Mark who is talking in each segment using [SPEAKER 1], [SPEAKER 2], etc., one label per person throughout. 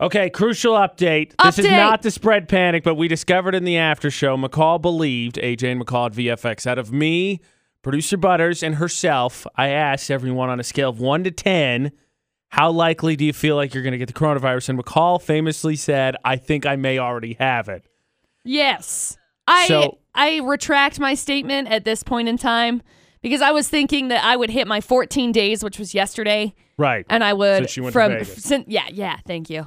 [SPEAKER 1] Okay, crucial update. This is
[SPEAKER 2] Update.
[SPEAKER 1] not the spread panic, but we discovered in the after show McCall believed, AJ and McCall at VFX, out of me, producer Butters, and herself, I asked everyone on a scale of 1 to 10, how likely do you feel like you're going to get the coronavirus? And McCall famously said, I think I may already have it.
[SPEAKER 2] Yes. I
[SPEAKER 1] So-
[SPEAKER 2] I retract my statement at this point in time because I was thinking that I would hit my 14 days, which was yesterday,
[SPEAKER 1] Right.
[SPEAKER 2] and I would
[SPEAKER 1] Since you went to
[SPEAKER 2] from
[SPEAKER 1] Vegas.
[SPEAKER 2] sin- yeah, yeah, thank you.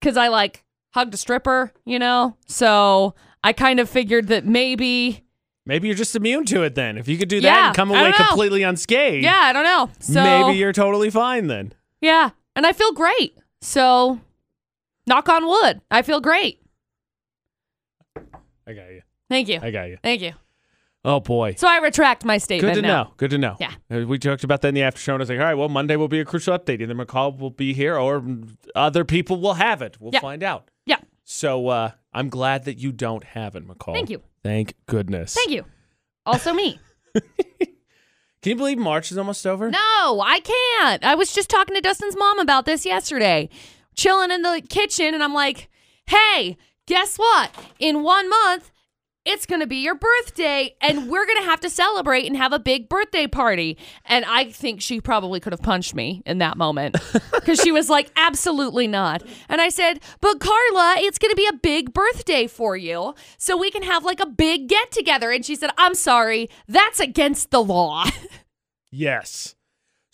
[SPEAKER 2] Cuz I like hugged a stripper, you know. So, I kind of figured that maybe
[SPEAKER 1] Maybe you're just immune to it then. If you could do that
[SPEAKER 2] Yeah,
[SPEAKER 1] and come
[SPEAKER 2] I don't
[SPEAKER 1] away
[SPEAKER 2] know.
[SPEAKER 1] completely unscathed,
[SPEAKER 2] yeah, I don't know. So
[SPEAKER 1] maybe you're totally fine then.
[SPEAKER 2] Yeah, and I feel great. So knock on wood. I feel great.
[SPEAKER 1] I got you.
[SPEAKER 2] Thank you.
[SPEAKER 1] I got you.
[SPEAKER 2] Thank you.
[SPEAKER 1] Oh, boy.
[SPEAKER 2] So I retract my
[SPEAKER 1] Good
[SPEAKER 2] statement
[SPEAKER 1] to
[SPEAKER 2] now.
[SPEAKER 1] know. Good to know.
[SPEAKER 2] Yeah.
[SPEAKER 1] Uh, We talked about that in the after show, and I was like, all right, well, Monday will be a crucial update. Either McCall will be here or other people will have it. We'll
[SPEAKER 2] Yeah.
[SPEAKER 1] find out.
[SPEAKER 2] Yeah.
[SPEAKER 1] So uh, I'm glad that you don't have it, McCall.
[SPEAKER 2] Thank you.
[SPEAKER 1] Thank goodness.
[SPEAKER 2] Thank you. Also me.
[SPEAKER 1] Can you believe March is almost over?
[SPEAKER 2] No, I can't. I was just talking to Dustin's mom about this yesterday, chilling in the kitchen, and I'm like, hey, guess what? In one month, it's going to be your birthday, and we're going to have to celebrate and have a big birthday party. And I think she probably could have punched me in that moment because she was like, absolutely not. And I said, but Carla, it's going to be a big birthday for you. So we can have like a big get together. And she said, I'm sorry, that's against the law.
[SPEAKER 1] Yes.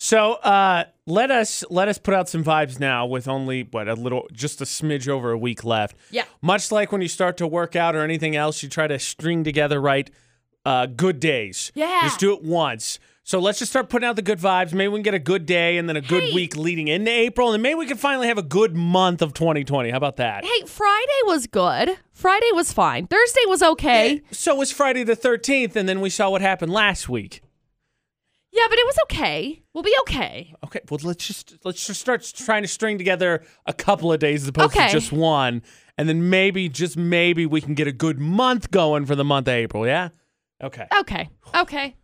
[SPEAKER 1] So uh, let us let us put out some vibes now with only what a little just a smidge over a week left.
[SPEAKER 2] Yeah.
[SPEAKER 1] Much like when you start to work out or anything else, you try to string together right uh, good days.
[SPEAKER 2] Yeah.
[SPEAKER 1] Just do it once. So let's just start putting out the good vibes. Maybe we can get a good day and then a good
[SPEAKER 2] Hey.
[SPEAKER 1] week leading into April, and then maybe we can finally have a good month of 2020. How about that?
[SPEAKER 2] Hey, Friday was good. Friday was fine. Thursday was okay. Yeah,
[SPEAKER 1] So was Friday the 13th, and then we saw what happened last week.
[SPEAKER 2] but it was okay. We'll be okay.
[SPEAKER 1] Okay, well let's just let's just start trying to string together a couple of days as opposed
[SPEAKER 2] Okay.
[SPEAKER 1] to just one, and then maybe just maybe we can get a good month going for the month of April. Yeah. Okay.
[SPEAKER 2] Okay. Okay.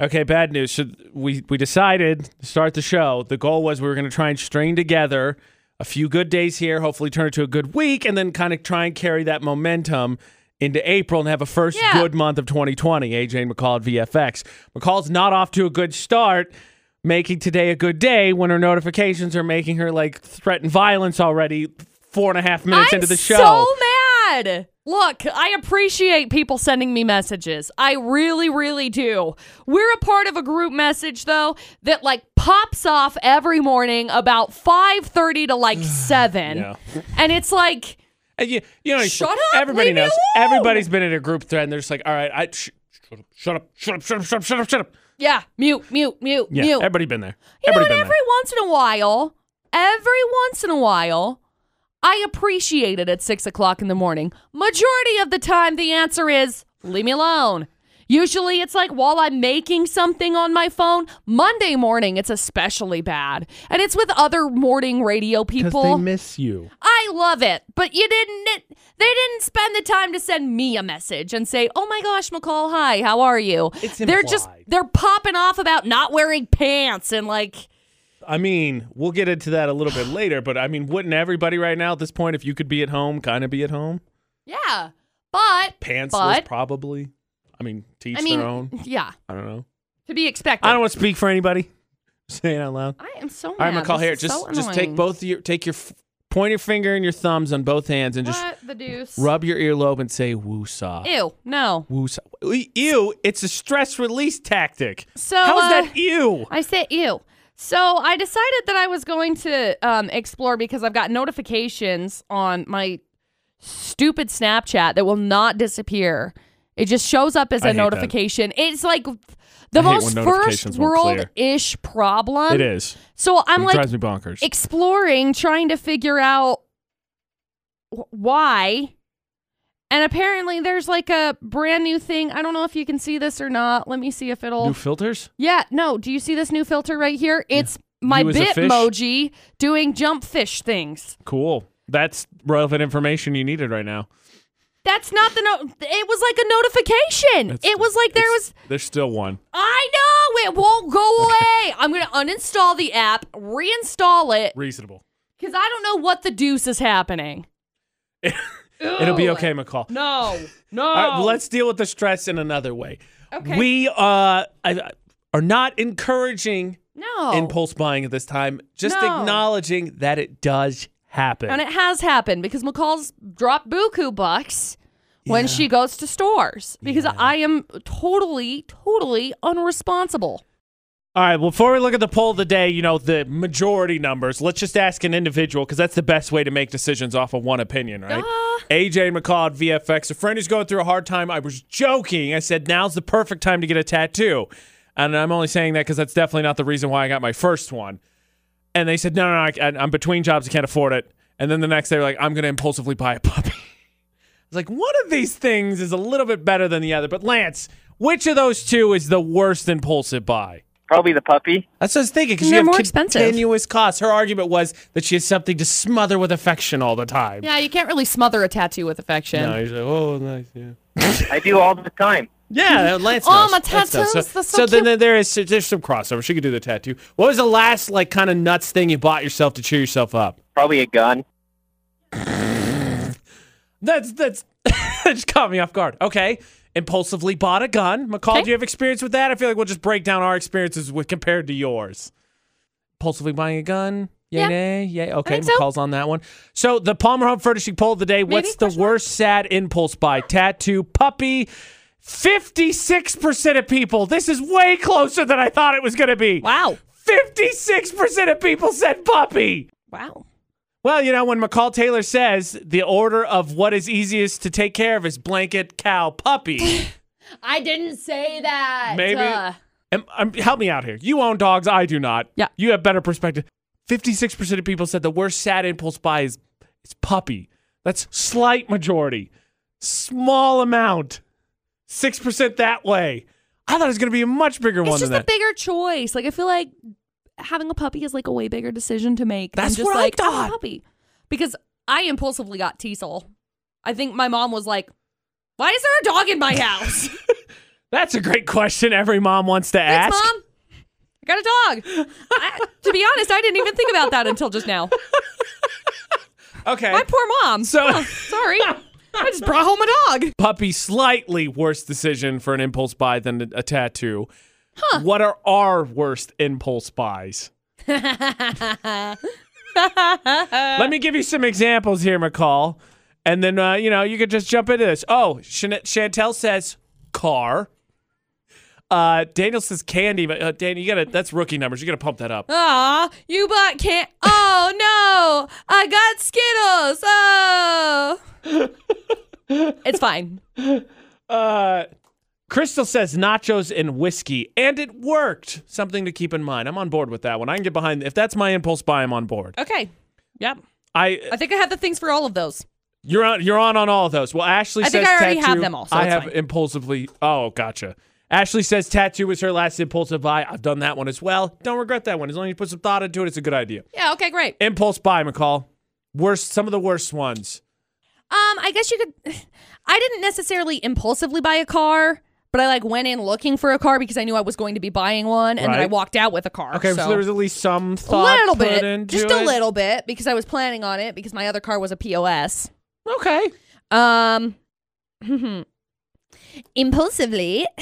[SPEAKER 1] Okay. Bad news. So we we decided to start the show. The goal was we were going to try and string together a few good days here, hopefully turn it to a good week, and then kind of try and carry that momentum into April and have a first
[SPEAKER 2] Yeah.
[SPEAKER 1] good month of 2020. AJ and McCall at VFX. McCall's not off to a good start making today a good day when her notifications are making her like threaten violence already four and a half minutes
[SPEAKER 2] I'm
[SPEAKER 1] into the show.
[SPEAKER 2] so mad. Look, I appreciate people sending me messages. I really, really do. We're a part of a group message though that like pops off every morning about five thirty to like seven,
[SPEAKER 1] Yeah.
[SPEAKER 2] and it's like.
[SPEAKER 1] And you, you know,
[SPEAKER 2] Shut up,
[SPEAKER 1] Everybody
[SPEAKER 2] leave me
[SPEAKER 1] knows.
[SPEAKER 2] alone.
[SPEAKER 1] Everybody's been in a group thread, and they're just like, "All right, I sh- shut up, shut up, shut up, shut up, shut up, shut up, shut up."
[SPEAKER 2] Yeah, mute, mute, mute,
[SPEAKER 1] Yeah,
[SPEAKER 2] mute.
[SPEAKER 1] everybody been there.
[SPEAKER 2] You know
[SPEAKER 1] everybody
[SPEAKER 2] what?
[SPEAKER 1] been
[SPEAKER 2] Every once in a while, every once in a while, I appreciate it at six o'clock in the morning. Majority of the time, the answer is leave me alone. Usually, it's like while I'm making something on my phone. Monday morning, it's especially bad, and it's with other morning radio
[SPEAKER 1] there
[SPEAKER 2] people.
[SPEAKER 1] miss you.
[SPEAKER 2] I love it, but you didn't. It, they didn't spend the time to send me a message and say, "Oh my gosh, McCall, hi, how are you?"
[SPEAKER 1] It's
[SPEAKER 2] they're just
[SPEAKER 1] implied.
[SPEAKER 2] they're popping off about not wearing pants and like.
[SPEAKER 1] I mean, we'll get into that a little bit later, but I mean, wouldn't everybody right now at this point, if you could be at home, kind of be at home,
[SPEAKER 2] Yeah. But
[SPEAKER 1] pantsless,
[SPEAKER 2] But-
[SPEAKER 1] probably? I mean, teach
[SPEAKER 2] I mean,
[SPEAKER 1] their own.
[SPEAKER 2] yeah,
[SPEAKER 1] I don't know.
[SPEAKER 2] to be expected.
[SPEAKER 1] I don't want to speak for anybody. Say it out loud.
[SPEAKER 2] I am so mad.
[SPEAKER 1] All right, McCall.
[SPEAKER 2] This
[SPEAKER 1] Here,
[SPEAKER 2] is
[SPEAKER 1] just
[SPEAKER 2] so
[SPEAKER 1] just take
[SPEAKER 2] annoying.
[SPEAKER 1] both your take your f- point your finger and your thumbs on both hands and just
[SPEAKER 2] What the deuce?
[SPEAKER 1] rub your earlobe and say woosah.
[SPEAKER 2] Ew, no.
[SPEAKER 1] Woosah. E- Ew! It's a stress release tactic.
[SPEAKER 2] So
[SPEAKER 1] How is
[SPEAKER 2] uh,
[SPEAKER 1] that ew?
[SPEAKER 2] I said ew. So I decided that I was going to um, explore because I've got notifications on my stupid Snapchat that will not disappear. It just shows up as
[SPEAKER 1] I
[SPEAKER 2] a
[SPEAKER 1] hate that.
[SPEAKER 2] notification. It's like the
[SPEAKER 1] I hate
[SPEAKER 2] most
[SPEAKER 1] when
[SPEAKER 2] first
[SPEAKER 1] notifications won't clear.
[SPEAKER 2] world ish problem.
[SPEAKER 1] it is.
[SPEAKER 2] So um, I'm
[SPEAKER 1] it
[SPEAKER 2] like,
[SPEAKER 1] drives me bonkers.
[SPEAKER 2] exploring, trying to figure out wh- why. And apparently, there's like a brand new thing. I don't know if you can see this or not. Let me see if it'll.
[SPEAKER 1] New filters.
[SPEAKER 2] yeah, no. Do you see this new filter right here? It's my
[SPEAKER 1] You as a fish?
[SPEAKER 2] Bitmoji doing jump fish things.
[SPEAKER 1] Cool. That's relevant information you needed right now.
[SPEAKER 2] That's not the no. It was like a notification.
[SPEAKER 1] That's-
[SPEAKER 2] it was like there
[SPEAKER 1] it's-
[SPEAKER 2] was.
[SPEAKER 1] There's still one.
[SPEAKER 2] I know it won't go away. I'm gonna uninstall the app, reinstall it.
[SPEAKER 1] Reasonable.
[SPEAKER 2] Because I don't know what the deuce is happening.
[SPEAKER 1] It'll be
[SPEAKER 2] Ew.
[SPEAKER 1] okay, McCall.
[SPEAKER 2] No, no.
[SPEAKER 1] All right, let's deal with the stress in another way.
[SPEAKER 2] Okay.
[SPEAKER 1] We uh, I- I- are not encouraging
[SPEAKER 2] no.
[SPEAKER 1] impulse buying at this time, just
[SPEAKER 2] Oh. No.
[SPEAKER 1] acknowledging that it does happen.
[SPEAKER 2] And it has happened because McCall's dropped buku bucks when she goes to stores because I am totally, totally unresponsible.
[SPEAKER 1] All right, well, before we look at the poll of the day, you know, the majority numbers, let's just ask an individual because that's the best way to make decisions off of one opinion, right?
[SPEAKER 2] Duh.
[SPEAKER 1] AJ McCall at VFX, a friend who's going through a hard time. I was joking. I said, now's the perfect time to get a tattoo. And I'm only saying that because that's definitely not the reason why I got my first one. And they said, no, no, no I, I'm between jobs. I can't afford it. And then the next day, they're like, I'm going to impulsively buy a puppy. I was like, one of these things is a little bit better than the other. But Lance, which of those two is the worst impulsive buy?
[SPEAKER 3] Probably the puppy.
[SPEAKER 1] That's what I was thinking because you
[SPEAKER 2] And they're
[SPEAKER 1] have
[SPEAKER 2] more expensive.
[SPEAKER 1] continuous costs. Her argument was that she has something to smother with affection all the time.
[SPEAKER 2] Yeah, you can't really smother a tattoo with affection.
[SPEAKER 1] No, he's like, oh, nice, yeah.
[SPEAKER 3] I do all the time.
[SPEAKER 1] Yeah, Lance.
[SPEAKER 2] Oh,
[SPEAKER 1] knows.
[SPEAKER 2] my
[SPEAKER 1] Lance knows.
[SPEAKER 2] tattoos,
[SPEAKER 1] So,
[SPEAKER 2] that's
[SPEAKER 1] so
[SPEAKER 2] so
[SPEAKER 1] then
[SPEAKER 2] cute.
[SPEAKER 1] there- there is there's some crossover. She could do the tattoo. What was the last like kind of nuts thing you bought yourself to cheer yourself up?
[SPEAKER 3] Probably a gun.
[SPEAKER 1] That's that's that just caught me off guard. Okay, impulsively bought a gun. McCall,
[SPEAKER 2] Okay.
[SPEAKER 1] do you have experience with that? I feel like we'll just break down our experiences with compared to yours. Impulsively buying a gun. Yay,
[SPEAKER 2] Yeah.
[SPEAKER 1] nay, yay. Okay,
[SPEAKER 2] think so.
[SPEAKER 1] McCall's on that one. So the Palmer Home Furnishing poll of the day. What's the
[SPEAKER 2] Question
[SPEAKER 1] worst sad impulse buy? Tattoo, puppy. Fifty-six percent of people. This is way closer than I thought it was going to be.
[SPEAKER 2] Wow.
[SPEAKER 1] Fifty-six percent of people said puppy.
[SPEAKER 2] Wow.
[SPEAKER 1] Well, you know, when McCall Taylor says the order of what is easiest to take care of is blanket, cow, puppy.
[SPEAKER 2] I didn't say that. Uh,
[SPEAKER 1] Maybe- Am- um, help me out here. You own dogs. I do not.
[SPEAKER 2] Yeah.
[SPEAKER 1] You have better perspective. 56% of people said the worst sad impulse buy is, is puppy. That's slight majority. Small amount. 6% that way. I thought it was going to be a much bigger one
[SPEAKER 2] it's
[SPEAKER 1] than
[SPEAKER 2] just
[SPEAKER 1] that.
[SPEAKER 2] a bigger choice. Like I feel like having a puppy is like a way bigger decision to make. than
[SPEAKER 1] That's
[SPEAKER 2] just
[SPEAKER 1] what I
[SPEAKER 2] like, "I want a
[SPEAKER 1] thought."
[SPEAKER 2] puppy, because I impulsively got Teasel. I think my mom was like, "Why is there a dog in my house?"
[SPEAKER 1] That's a great question every mom wants to
[SPEAKER 2] Thanks,
[SPEAKER 1] ask.
[SPEAKER 2] mom. I got a dog. I, to be honest, I didn't even think about that until just now.
[SPEAKER 1] Okay.
[SPEAKER 2] My poor mom.
[SPEAKER 1] So-
[SPEAKER 2] Huh, sorry. I just brought home a dog.
[SPEAKER 1] puppy slightly worse decision for an impulse buy than a, a tattoo. What are our worst impulse buys? Let me give you some examples here, McCall, and then uh, you know you could just jump into this. Oh, Chan- Chantel says car. Uh, Daniel says candy, but uh, Daniel, you gotta that's rookie numbers. You gotta pump that up.
[SPEAKER 2] Aw, you bought can't. Oh no, I got Skittles. Oh, it's fine.
[SPEAKER 1] Uh, Crystal says nachos and whiskey, and it worked. Something to keep in mind. I'm on board with that one. I can get behind if that's my impulse buy. I'm on board.
[SPEAKER 2] Okay. Yep.
[SPEAKER 1] I
[SPEAKER 2] I think I have the things for all of those.
[SPEAKER 1] You're on. You're on on all of those. Well, Ashley
[SPEAKER 2] I
[SPEAKER 1] says
[SPEAKER 2] think I already
[SPEAKER 1] tattoo.
[SPEAKER 2] have them all, so
[SPEAKER 1] I
[SPEAKER 2] it's
[SPEAKER 1] have
[SPEAKER 2] fine.
[SPEAKER 1] impulsively. Oh, gotcha. Ashley says tattoo was her last impulsive buy. I've done that one as well. Don't regret that one. As long as you put some thought into it, it's a good idea.
[SPEAKER 2] Yeah. Okay. Great. Um,
[SPEAKER 1] Impulse buy, McCall. Worst. Some of the worst ones.
[SPEAKER 2] Um, I guess you could. I didn't necessarily impulsively buy a car, but I like went in looking for a car because I knew I was going to be buying one, and then I
[SPEAKER 1] Right.
[SPEAKER 2] walked out with a car.
[SPEAKER 1] Okay, so,
[SPEAKER 2] so,
[SPEAKER 1] there was at least some
[SPEAKER 2] a
[SPEAKER 1] thought
[SPEAKER 2] little
[SPEAKER 1] put
[SPEAKER 2] bit,
[SPEAKER 1] into
[SPEAKER 2] just a
[SPEAKER 1] it.
[SPEAKER 2] little bit, because I was planning on it because my other car was a POS.
[SPEAKER 1] Okay.
[SPEAKER 2] Um, impulsively,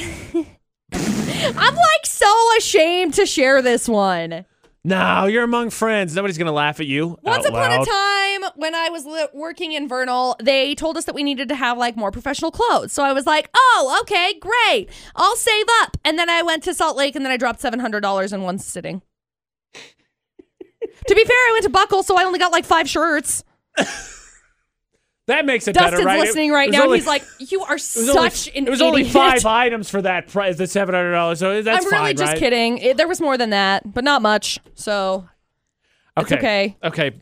[SPEAKER 2] I'm like so ashamed to share this one.
[SPEAKER 1] No, you're among friends. Nobody's gonna laugh at you.
[SPEAKER 2] Once
[SPEAKER 1] out
[SPEAKER 2] upon
[SPEAKER 1] loud.
[SPEAKER 2] a time, when I was li- working in Vernal, they told us that we needed to have like more professional clothes. So I was like, "Oh, okay, great. I'll save up." And then I went to Salt Lake, and then I dropped seven hundred dollars in one sitting. to be fair, I went to Buckle, so I only got like five shirts.
[SPEAKER 1] That makes it
[SPEAKER 2] Dustin's
[SPEAKER 1] better, right? It-
[SPEAKER 2] listening
[SPEAKER 1] it
[SPEAKER 2] right
[SPEAKER 1] was
[SPEAKER 2] now,
[SPEAKER 1] only-
[SPEAKER 2] and he's like, "You are
[SPEAKER 1] it was only-
[SPEAKER 2] such an
[SPEAKER 1] It was
[SPEAKER 2] idiot."
[SPEAKER 1] only five items for that price, the seven hundred dollars. So that's
[SPEAKER 2] I'm
[SPEAKER 1] fine,
[SPEAKER 2] really just
[SPEAKER 1] right?
[SPEAKER 2] kidding. It- there was more than that, but not much. So
[SPEAKER 1] Okay. Okay.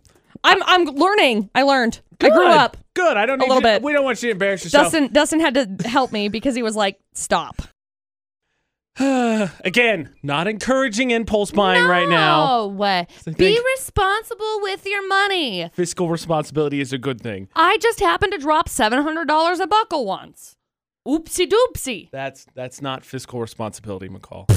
[SPEAKER 2] I'm I'm learning. I learned. I grew
[SPEAKER 1] Good.
[SPEAKER 2] up.
[SPEAKER 1] Good. I don't need
[SPEAKER 2] little
[SPEAKER 1] you-
[SPEAKER 2] bit.
[SPEAKER 1] We don't want you to embarrass yourself.
[SPEAKER 2] Dustin Dustin had to help me because he was like, "Stop."
[SPEAKER 1] Again, not encouraging impulse buying right now.
[SPEAKER 2] No. Be
[SPEAKER 1] think-
[SPEAKER 2] responsible with your money.
[SPEAKER 1] Fiscal responsibility is a good thing.
[SPEAKER 2] I just happened to drop $700 a buckle once. Oopsie doopsie.
[SPEAKER 1] That's that's not fiscal responsibility, McCall.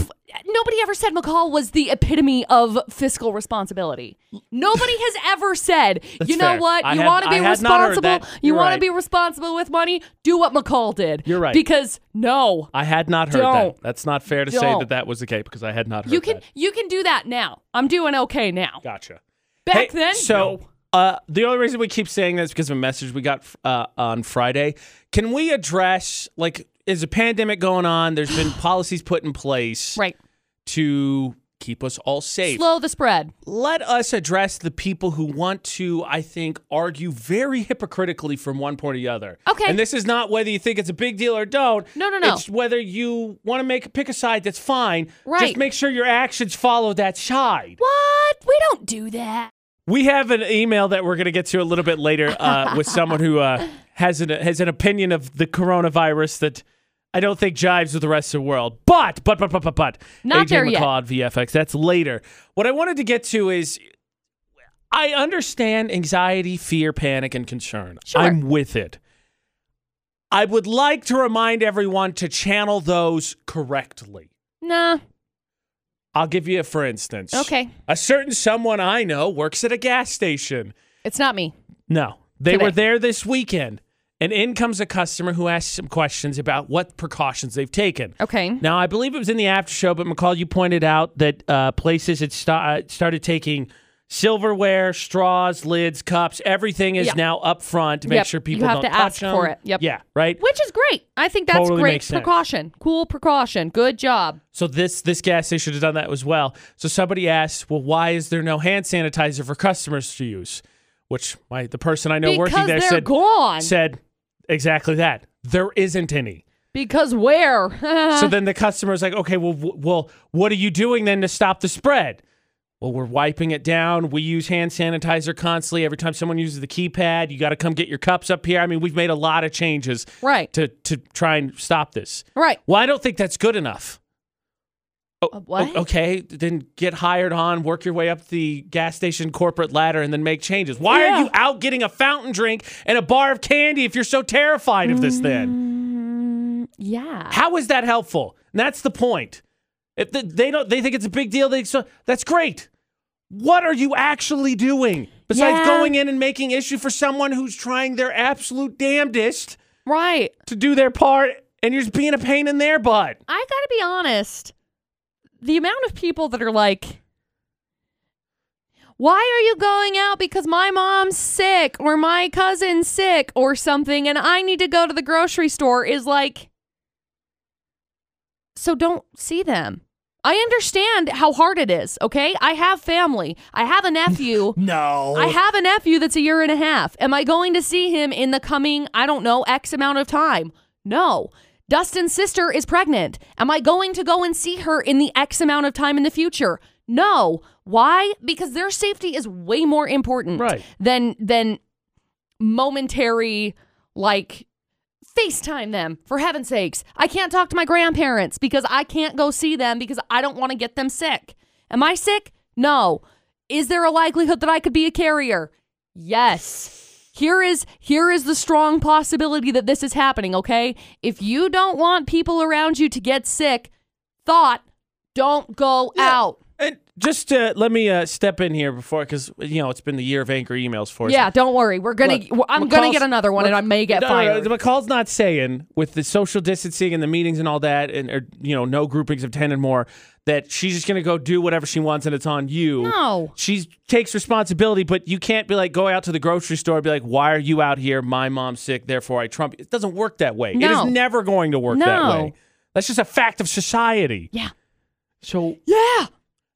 [SPEAKER 2] nobody ever said McCall was the epitome of fiscal responsibility. Nobody has ever said,
[SPEAKER 1] That's
[SPEAKER 2] you know
[SPEAKER 1] fair.
[SPEAKER 2] what,
[SPEAKER 1] I
[SPEAKER 2] you
[SPEAKER 1] have-
[SPEAKER 2] want to
[SPEAKER 1] I
[SPEAKER 2] be
[SPEAKER 1] had not heard that.
[SPEAKER 2] responsible, you
[SPEAKER 1] You're
[SPEAKER 2] want
[SPEAKER 1] right.
[SPEAKER 2] to be responsible with money, do what McCall did.
[SPEAKER 1] You're right.
[SPEAKER 2] Because no,
[SPEAKER 1] I had not heard that.
[SPEAKER 2] Don't.
[SPEAKER 1] That's not fair to say that
[SPEAKER 2] Don't.
[SPEAKER 1] that was the case because I had not heard
[SPEAKER 2] you can
[SPEAKER 1] that.
[SPEAKER 2] you can do that now. I'm doing okay now.
[SPEAKER 1] Gotcha.
[SPEAKER 2] Back
[SPEAKER 1] Hey,
[SPEAKER 2] then,
[SPEAKER 1] So uh, the only reason we keep saying that is because of a message we got uh, on Friday. Can we address like is a pandemic going on? There's been policies put in place
[SPEAKER 2] right.
[SPEAKER 1] to keep us all safe.
[SPEAKER 2] Slow the spread.
[SPEAKER 1] Let us address the people who want to, I think, argue very hypocritically from one point or the other.
[SPEAKER 2] Okay.
[SPEAKER 1] And this is not whether you think it's a big deal or don't.
[SPEAKER 2] No, no, no.
[SPEAKER 1] It's whether you want to make pick a side that's fine. Just
[SPEAKER 2] Right.
[SPEAKER 1] make sure your actions follow that side.
[SPEAKER 2] What? We don't do that.
[SPEAKER 1] We have an email that we're going to get to a little bit later uh, with someone who uh, has an has an opinion of the coronavirus that I don't think jives with the rest of the world. But but but but but but
[SPEAKER 2] Not
[SPEAKER 1] AJ
[SPEAKER 2] there
[SPEAKER 1] McCall
[SPEAKER 2] yet.
[SPEAKER 1] at VFX. That's later. What I wanted to get to is I understand anxiety, fear, panic, and concern.
[SPEAKER 2] Sure.
[SPEAKER 1] I'm with it. I would like to remind everyone to channel those correctly.
[SPEAKER 2] Nah.
[SPEAKER 1] I'll give you a for instance.
[SPEAKER 2] Okay.
[SPEAKER 1] A certain someone I know works at a gas station.
[SPEAKER 2] It's not me.
[SPEAKER 1] No, they were
[SPEAKER 2] Today.
[SPEAKER 1] there this weekend. And in comes a customer who asks some questions about what precautions they've taken.
[SPEAKER 2] Okay.
[SPEAKER 1] Now, I believe it was in the after show, but McCall, you pointed out that uh, places had sta- uh, started taking silverware, straws, lids, cups. Everything is
[SPEAKER 2] Yeah.
[SPEAKER 1] now up front to make
[SPEAKER 2] Yep.
[SPEAKER 1] sure people
[SPEAKER 2] You have
[SPEAKER 1] don't
[SPEAKER 2] to ask
[SPEAKER 1] touch 'em.
[SPEAKER 2] for it. Yep.
[SPEAKER 1] Yeah. Right.
[SPEAKER 2] Which is great. I think that's
[SPEAKER 1] Totally
[SPEAKER 2] great
[SPEAKER 1] makes sense.
[SPEAKER 2] precaution. Cool precaution. Good job.
[SPEAKER 1] So this this gas station has done that as well. So somebody asked, "Well, why is there no hand sanitizer for customers to use?" Which my the person I know working
[SPEAKER 2] Because
[SPEAKER 1] there
[SPEAKER 2] they're
[SPEAKER 1] said
[SPEAKER 2] gone.
[SPEAKER 1] said exactly that. There isn't any.
[SPEAKER 2] Because where?
[SPEAKER 1] so then the customer's like, "Okay, well, w- well, what are you doing then to stop the spread?" Well, we're wiping it down. We use hand sanitizer constantly. Every time someone uses the keypad, you got to come get your cups up here. I mean, we've made a lot of changes
[SPEAKER 2] right.
[SPEAKER 1] to to try and stop this.
[SPEAKER 2] right.
[SPEAKER 1] Well, I don't think that's good enough. Oh,
[SPEAKER 2] Uh, what?
[SPEAKER 1] o- Okay, then get hired on, work your way up the gas station corporate ladder, and then make changes. Why are
[SPEAKER 2] Yeah.
[SPEAKER 1] you out getting a fountain drink and a bar of candy if you're so terrified of this then?
[SPEAKER 2] Mm, yeah.
[SPEAKER 1] How is that helpful? And that's the point. If the, they don't, they think it's a big deal. They so that's great. What are you actually doing besides
[SPEAKER 2] Yeah.
[SPEAKER 1] going in and making issue for someone who's trying their absolute damnedest
[SPEAKER 2] Right.
[SPEAKER 1] to do their part, and you're just being a pain in their butt?
[SPEAKER 2] I got to be honest. The amount of people that are like, why are you going out because my mom's sick or my cousin's sick or something and I need to go to the grocery store is like, so don't see them. I understand how hard it is, okay? I have family. I have a nephew.
[SPEAKER 1] No,
[SPEAKER 2] I have a nephew that's a year and a half. Am I going to see him in the coming, I don't know, X amount of time? No. Dustin's sister is pregnant. Am I going to go and see her in the X amount of time in the future? No. Why? Because their safety is way more important
[SPEAKER 1] Right.
[SPEAKER 2] than than momentary like FaceTime them for heaven's sakes. I can't talk to my grandparents because I can't go see them because I don't want to get them sick. Am I sick? No. Is there a likelihood that I could be a carrier? Yes. Here is here is the strong possibility that this is happening, okay? If you don't want people around you to get sick, thought don't go out.
[SPEAKER 1] And just uh, let me uh, step in here before, because you know it's been the year of angry emails for us.
[SPEAKER 2] Yeah, don't worry. We're gonna.
[SPEAKER 1] Look,
[SPEAKER 2] I'm gonna
[SPEAKER 1] McCall's-
[SPEAKER 2] get another one, and I may get
[SPEAKER 1] No, no,
[SPEAKER 2] fired.
[SPEAKER 1] no, McCall's not saying with the social distancing and the meetings and all that, and or, you know no groupings of ten and more, that she's just gonna go do whatever she wants and it's on you.
[SPEAKER 2] No.
[SPEAKER 1] she takes responsibility, but you can't be like go out to the grocery store and be like, why are you out here? My mom's sick, therefore I trump. you." It doesn't work that way. It
[SPEAKER 2] No.
[SPEAKER 1] is never going to work that
[SPEAKER 2] No.
[SPEAKER 1] way. That's just a fact of society.
[SPEAKER 2] Yeah.
[SPEAKER 1] So
[SPEAKER 2] Yeah.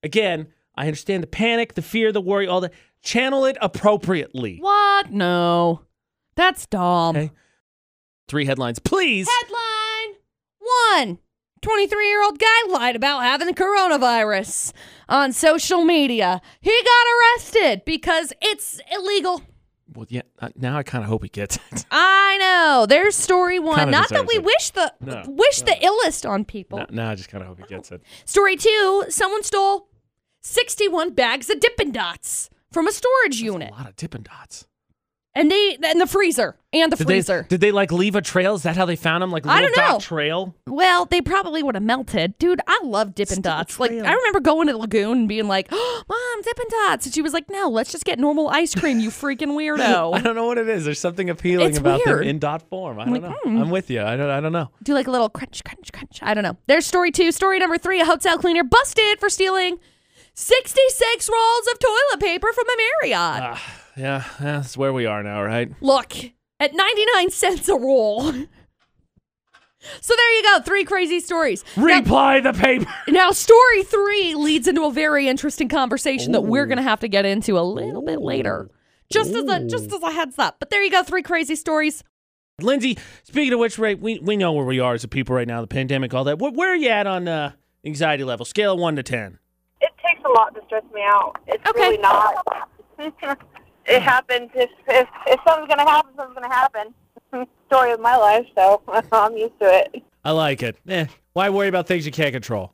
[SPEAKER 1] again, I understand the panic, the fear, the worry, all that. Channel it appropriately.
[SPEAKER 2] What? No. That's dumb.
[SPEAKER 1] Okay. Three headlines, please.
[SPEAKER 2] Headline one 23 year old guy lied about having the coronavirus on social media. He got arrested because it's illegal.
[SPEAKER 1] Well, yeah. uh, Now I kind of hope he gets it.
[SPEAKER 2] I know. There's story one.
[SPEAKER 1] Kinda
[SPEAKER 2] Not
[SPEAKER 1] deserves
[SPEAKER 2] that we
[SPEAKER 1] it.
[SPEAKER 2] wish the
[SPEAKER 1] No,
[SPEAKER 2] wish the illest on people.
[SPEAKER 1] now, now I just kind of hope he gets it.
[SPEAKER 2] Story two: Someone stole 61 bags of Dippin' Dots from a storage unit.
[SPEAKER 1] A lot of Dippin' Dots.
[SPEAKER 2] and they and the freezer and the
[SPEAKER 1] Did
[SPEAKER 2] freezer.
[SPEAKER 1] they did they like leave a trail? Is that how they found him? Like
[SPEAKER 2] I
[SPEAKER 1] little
[SPEAKER 2] don't know.
[SPEAKER 1] dot trail?
[SPEAKER 2] Well, they probably would have melted. Dude, I love Dippin'
[SPEAKER 1] Still a
[SPEAKER 2] Dots. Like,
[SPEAKER 1] trail.
[SPEAKER 2] I remember going to the lagoon and being like, oh, Mom, Dippin' Dots. And she was like, No, let's just get normal ice cream, you freaking
[SPEAKER 1] I
[SPEAKER 2] weirdo.
[SPEAKER 1] don't know what it is. There's something appealing
[SPEAKER 2] Oh. It's
[SPEAKER 1] about
[SPEAKER 2] weird.
[SPEAKER 1] them in dot form. I don't
[SPEAKER 2] like, hmm.
[SPEAKER 1] know. I'm with you. I don't. I don't know.
[SPEAKER 2] Do like a little crunch, crunch, crunch. I don't know. There's story two. Story number three a hotel cleaner busted for stealing 66 rolls of toilet paper from a Marriott.
[SPEAKER 1] Ah. Yeah, that's where we are now, right?
[SPEAKER 2] Look, at 99 cents a roll. So there you go, three crazy stories. Now-
[SPEAKER 1] Reply the paper.
[SPEAKER 2] Now, story three leads into a very interesting conversation that we're
[SPEAKER 1] Ooh.
[SPEAKER 2] going to have to get into a little bit later. Just as a just as a heads up. But there you go, three crazy stories.
[SPEAKER 1] Lindsay, speaking of which, right, we, we know where we are as a people right now, the pandemic, all that. Where, where are you at on uh, anxiety level? Scale of 1 to 10.
[SPEAKER 4] It takes a lot to stress me out. It's
[SPEAKER 2] Okay.
[SPEAKER 4] really not. it happens. If, if if something's gonna happen, something's gonna happen. Story of my life, so I'm used to it.
[SPEAKER 1] I like it. Eh, why worry about things you can't control?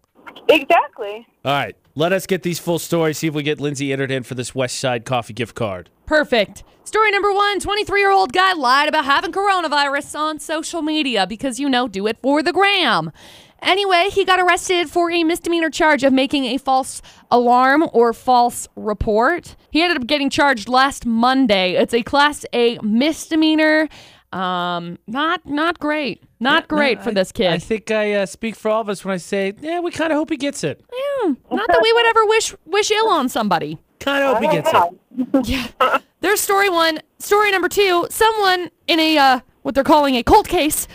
[SPEAKER 4] Exactly.
[SPEAKER 1] All right, let us get these full stories, see if we get Lindsay entered in for this West Side coffee gift card.
[SPEAKER 2] Perfect. Story number one 23 year old guy lied about having coronavirus on social media because, you know, do it for the gram. Anyway, he got arrested for a misdemeanor charge of making a false alarm or false report. He ended up getting charged last Monday. It's a class A misdemeanor. Um, not not great. Not great for this kid.
[SPEAKER 1] I think I uh, speak for all of us when I say, yeah, we kind of hope he gets it.
[SPEAKER 2] Yeah, not that we would ever wish wish ill on somebody.
[SPEAKER 1] Kind of hope he gets it.
[SPEAKER 2] There's story one. Story number two someone in a, uh, what they're calling a cold case,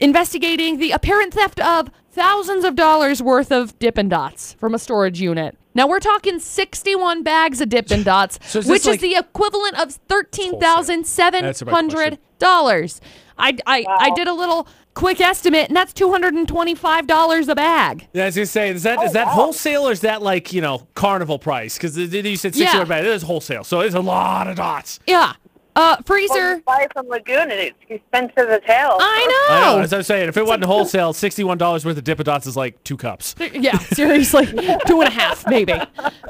[SPEAKER 2] investigating the apparent theft of thousands of dollars worth of Dippin' Dots from a storage unit. Now we're talking 61 bags of Dippin' Dots,
[SPEAKER 1] So is this
[SPEAKER 2] which
[SPEAKER 1] like-
[SPEAKER 2] is the equivalent of
[SPEAKER 1] That's the right question.
[SPEAKER 2] $13,700 dollars. I, I, I did a little quick estimate, and that's $225 a bag.
[SPEAKER 1] Yeah, I was gonna say, is that is that wholesale or is that like you know carnival price? Because you said six
[SPEAKER 2] Yeah.
[SPEAKER 1] hundred bags. It is wholesale, so it's a lot of dots.
[SPEAKER 2] Yeah. Uh,
[SPEAKER 4] Well,
[SPEAKER 2] freezer.
[SPEAKER 4] you buy from Lagoon, and it's expensive as hell.
[SPEAKER 2] I know.
[SPEAKER 1] I know, as I was saying, if it wasn't wholesale, sixty-one dollars worth of Dippin' Dots is like two cups.
[SPEAKER 2] Yeah, seriously. Two and a half, maybe.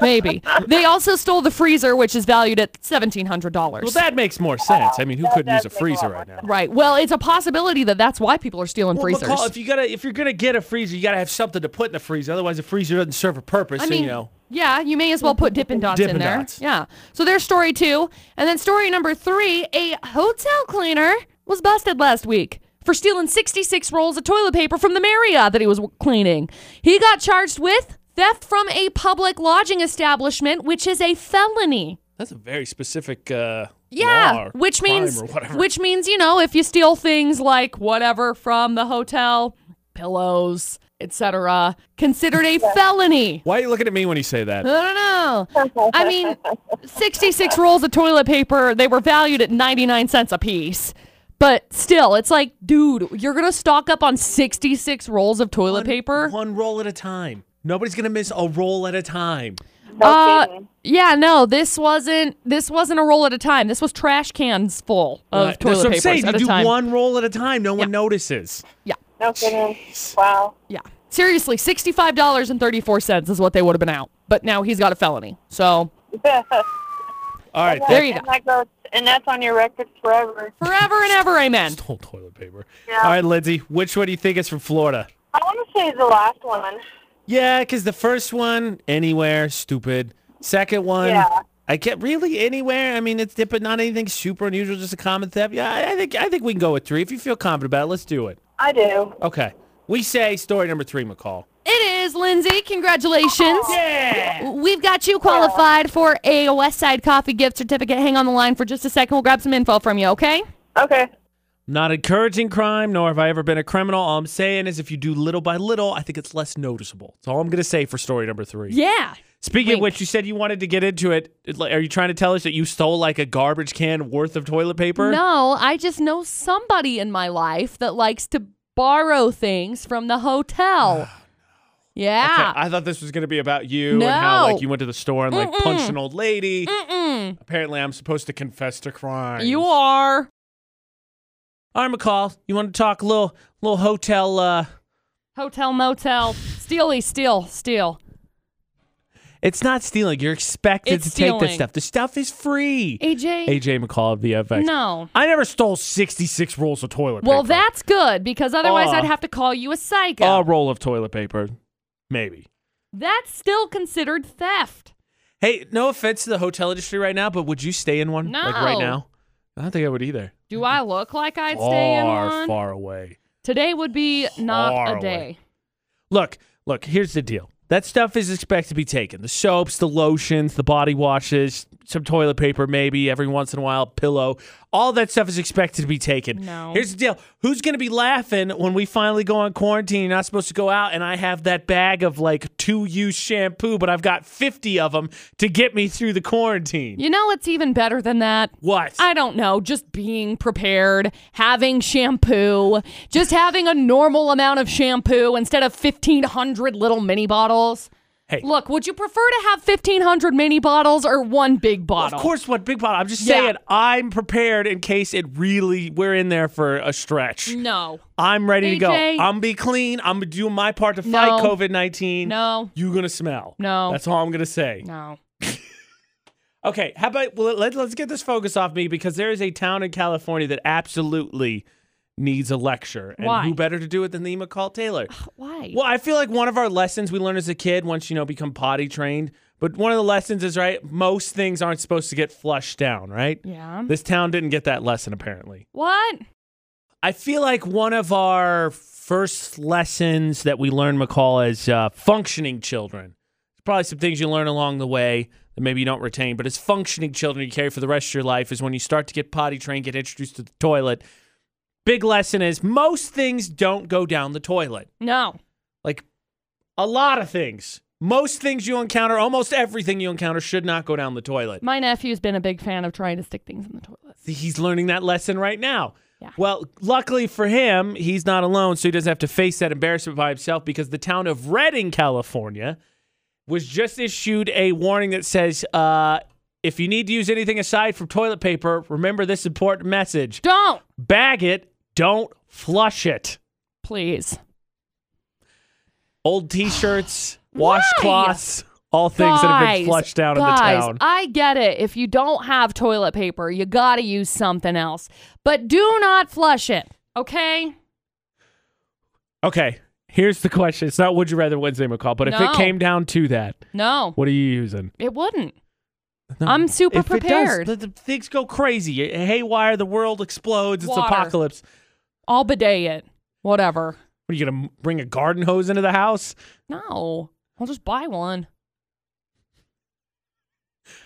[SPEAKER 2] Maybe. They also stole the freezer, which is valued at $1,700.
[SPEAKER 1] Well, that makes more sense. I mean, who couldn't use
[SPEAKER 4] does
[SPEAKER 1] a
[SPEAKER 4] make a
[SPEAKER 1] freezer
[SPEAKER 4] lot
[SPEAKER 1] right
[SPEAKER 4] more
[SPEAKER 1] now?
[SPEAKER 2] right. Well, it's a possibility that that's why people are stealing freezers.
[SPEAKER 1] McCall, if you gotta, if you're gonna get a freezer, you gotta have something to put in the freezer. Otherwise, the freezer doesn't serve a purpose.
[SPEAKER 2] I
[SPEAKER 1] so,
[SPEAKER 2] mean,
[SPEAKER 1] you know,
[SPEAKER 2] yeah, you may as well put Dippin' Dots in
[SPEAKER 1] Dippin'
[SPEAKER 2] there.
[SPEAKER 1] Dots.
[SPEAKER 2] Yeah. So there's story two. And then story number three a hotel cleaner was busted last week for stealing 66 rolls of toilet paper from the Marriott that he was w- cleaning. He got charged with theft from a public lodging establishment, which is a felony.
[SPEAKER 1] that's a very specific. Uh,
[SPEAKER 2] Yeah,
[SPEAKER 1] law or
[SPEAKER 2] which
[SPEAKER 1] crime
[SPEAKER 2] means
[SPEAKER 1] or whatever.
[SPEAKER 2] which means you know if you steal things like whatever from the hotel, pillows, etc., considered a felony.
[SPEAKER 1] Why are you looking at me when you say that?
[SPEAKER 2] I don't know. I mean, 66 rolls of toilet paper, they were valued at 99 cents a piece. But still, it's like, dude, you're going to stock up on 66 rolls of toilet paper?
[SPEAKER 1] One roll at a time. Nobody's gonna miss a roll at a time.
[SPEAKER 4] No
[SPEAKER 2] Uh,
[SPEAKER 4] kidding.
[SPEAKER 2] yeah, no, this wasn't this wasn't a roll at a time. This was trash cans full of
[SPEAKER 1] Right,
[SPEAKER 2] toilet
[SPEAKER 1] that's what I'm
[SPEAKER 2] papers
[SPEAKER 1] saying.
[SPEAKER 2] at
[SPEAKER 1] You
[SPEAKER 2] a
[SPEAKER 1] do
[SPEAKER 2] time.
[SPEAKER 1] one roll at a time. No one notices.
[SPEAKER 2] yeah.
[SPEAKER 4] No kidding. Wow.
[SPEAKER 2] Yeah. Seriously, sixty-five dollars and thirty-four cents is what they would have been out. But now he's got a felony. So
[SPEAKER 1] All right,
[SPEAKER 2] There you
[SPEAKER 4] and
[SPEAKER 2] go.
[SPEAKER 4] That goes, and that's on your record forever.
[SPEAKER 2] forever and ever, amen.
[SPEAKER 1] whole toilet paper.
[SPEAKER 4] Yeah.
[SPEAKER 1] All right, Lindsay, which one do you think is from Florida?
[SPEAKER 4] I want to say the last one.
[SPEAKER 1] Yeah, because the first one, anywhere, stupid. Second one,
[SPEAKER 4] Yeah.
[SPEAKER 1] I can't really anywhere. I mean, it's but not anything super unusual, just a common theft. Yeah, I, I think I think we can go with three if you feel confident about it. Let's do it.
[SPEAKER 4] I do.
[SPEAKER 1] Okay, we say story number three, McCall.
[SPEAKER 2] It is Lindsay. Congratulations.
[SPEAKER 1] Oh, Yeah.
[SPEAKER 2] We've got you qualified for a Westside Coffee gift certificate. Hang on the line for just a second. We'll grab some info from you, okay?
[SPEAKER 4] Okay.
[SPEAKER 1] Not encouraging crime, nor have I ever been a criminal. All I'm saying is, if you do little by little, I think it's less noticeable. That's all I'm gonna say for story number three.
[SPEAKER 2] Yeah.
[SPEAKER 1] Speaking of
[SPEAKER 2] Wink.
[SPEAKER 1] which, you said you wanted to get into it. It- like, Are you trying to tell us that you stole like a garbage can worth of toilet paper?
[SPEAKER 2] No, I just know somebody in my life that likes to borrow things from the hotel.
[SPEAKER 1] Okay,
[SPEAKER 2] Yeah.
[SPEAKER 1] I thought this was going to be about you and how
[SPEAKER 2] Ah. No. Mm.
[SPEAKER 1] like you went to the store and like punched an old lady. Apparently, I'm supposed to confess to crime.
[SPEAKER 2] you are.
[SPEAKER 1] All right, McCall. You want to talk a little, little hotel? uh
[SPEAKER 2] Hotel, motel, steely, steal, steal.
[SPEAKER 1] It's not stealing. You're expected to
[SPEAKER 2] It's
[SPEAKER 1] take this
[SPEAKER 2] stealing.
[SPEAKER 1] stuff. The stuff is free.
[SPEAKER 2] AJ?
[SPEAKER 1] AJ McCall at VFX.
[SPEAKER 2] No.
[SPEAKER 1] I never stole 66 rolls of toilet
[SPEAKER 2] Well,
[SPEAKER 1] paper.
[SPEAKER 2] that's good because otherwise
[SPEAKER 1] Aw.
[SPEAKER 2] I'd have to call you a psycho.
[SPEAKER 1] A roll of toilet paper. Maybe.
[SPEAKER 2] That's still considered theft.
[SPEAKER 1] Hey, no offense to the hotel industry right now, but would you stay in one? Like right
[SPEAKER 2] No.
[SPEAKER 1] now? I don't think I would either.
[SPEAKER 2] Do I look like I'd stay in
[SPEAKER 1] far,
[SPEAKER 2] one?
[SPEAKER 1] far away.
[SPEAKER 2] Today would be not
[SPEAKER 1] Far
[SPEAKER 2] a
[SPEAKER 1] away.
[SPEAKER 2] day.
[SPEAKER 1] Look, look, here's the deal. That stuff is expected to be taken. The soaps, the lotions, the body washes, some toilet paper, maybe every once in a while, pillow. All that stuff is expected to be taken.
[SPEAKER 2] No.
[SPEAKER 1] Here's the deal. Who's going to be laughing when we finally go on quarantine? You're not supposed to go out, and I have that bag of like two use shampoo, but I've got 50 of them to get me through the quarantine.
[SPEAKER 2] You know what's even better than that?
[SPEAKER 1] What?
[SPEAKER 2] I don't know, just being prepared, having shampoo, just having a normal amount of shampoo instead of 1,500 little mini bottles.
[SPEAKER 1] Hey.
[SPEAKER 2] Look, would you prefer to have 1,500 mini bottles or one big bottle?
[SPEAKER 1] Of course, what big bottle? I'm just
[SPEAKER 2] Yeah.
[SPEAKER 1] saying, I'm prepared in case it really we're in there for a stretch.
[SPEAKER 2] No.
[SPEAKER 1] I'm ready to go. I'm
[SPEAKER 2] AJ.
[SPEAKER 1] gonna be clean. I'm gonna do my part to fight
[SPEAKER 2] No.
[SPEAKER 1] COVID nineteen.
[SPEAKER 2] No.
[SPEAKER 1] you gonna smell.
[SPEAKER 2] No.
[SPEAKER 1] that's all I'm gonna say.
[SPEAKER 2] No.
[SPEAKER 1] Okay, how about well, let, let's get this focus off me because there is a town in California that absolutely needs a lecture, and
[SPEAKER 2] Why?
[SPEAKER 1] who better to do it than the McCall Taylor?
[SPEAKER 2] Why?
[SPEAKER 1] Well, I feel like one of our lessons we learned as a kid, once you know, become potty trained. But one of the lessons is right. Most things aren't supposed to get flushed down, right?
[SPEAKER 2] Yeah.
[SPEAKER 1] This town didn't get that lesson apparently.
[SPEAKER 2] What?
[SPEAKER 1] I feel like one of our first lessons that we learn, McCall, as uh, functioning children. There's probably some things you learn along the way that maybe you don't retain, but as functioning children you carry for the rest of your life is when you start to get potty trained, get introduced to the toilet. Big lesson is most things don't go down the toilet.
[SPEAKER 2] No.
[SPEAKER 1] Like a lot of things. Most things you encounter, almost everything you encounter, should not go down the toilet.
[SPEAKER 2] My nephew's been a big fan of trying to stick things in the toilet.
[SPEAKER 1] he's learning that lesson right now.
[SPEAKER 2] Yeah.
[SPEAKER 1] Well, luckily for him, he's not alone, so he doesn't have to face that embarrassment by himself because the town of Redding, California, was just issued a warning that says uh, if you need to use anything aside from toilet paper, remember this important message
[SPEAKER 2] Don't,
[SPEAKER 1] bag it, don't flush it.
[SPEAKER 2] please.
[SPEAKER 1] Old t shirts,
[SPEAKER 2] Why?
[SPEAKER 1] washcloths, all things that have been flushed down
[SPEAKER 2] guys,
[SPEAKER 1] in the town.
[SPEAKER 2] I get it. If you don't have toilet paper, you got to use something else. But do not flush it, okay?
[SPEAKER 1] okay, here's the question. It's not Would You Rather Wednesday, McCall, but if
[SPEAKER 2] No.
[SPEAKER 1] it came down to that,
[SPEAKER 2] No,
[SPEAKER 1] what are you using?
[SPEAKER 2] it wouldn't.
[SPEAKER 1] No.
[SPEAKER 2] I'm super
[SPEAKER 1] if
[SPEAKER 2] prepared.
[SPEAKER 1] It does, the, the things go crazy. Haywire, the world explodes. It's
[SPEAKER 2] Water.
[SPEAKER 1] apocalypse.
[SPEAKER 2] I'll bidet it. Whatever.
[SPEAKER 1] What, are you going to bring a garden hose into the house?
[SPEAKER 2] No, I'll just buy one.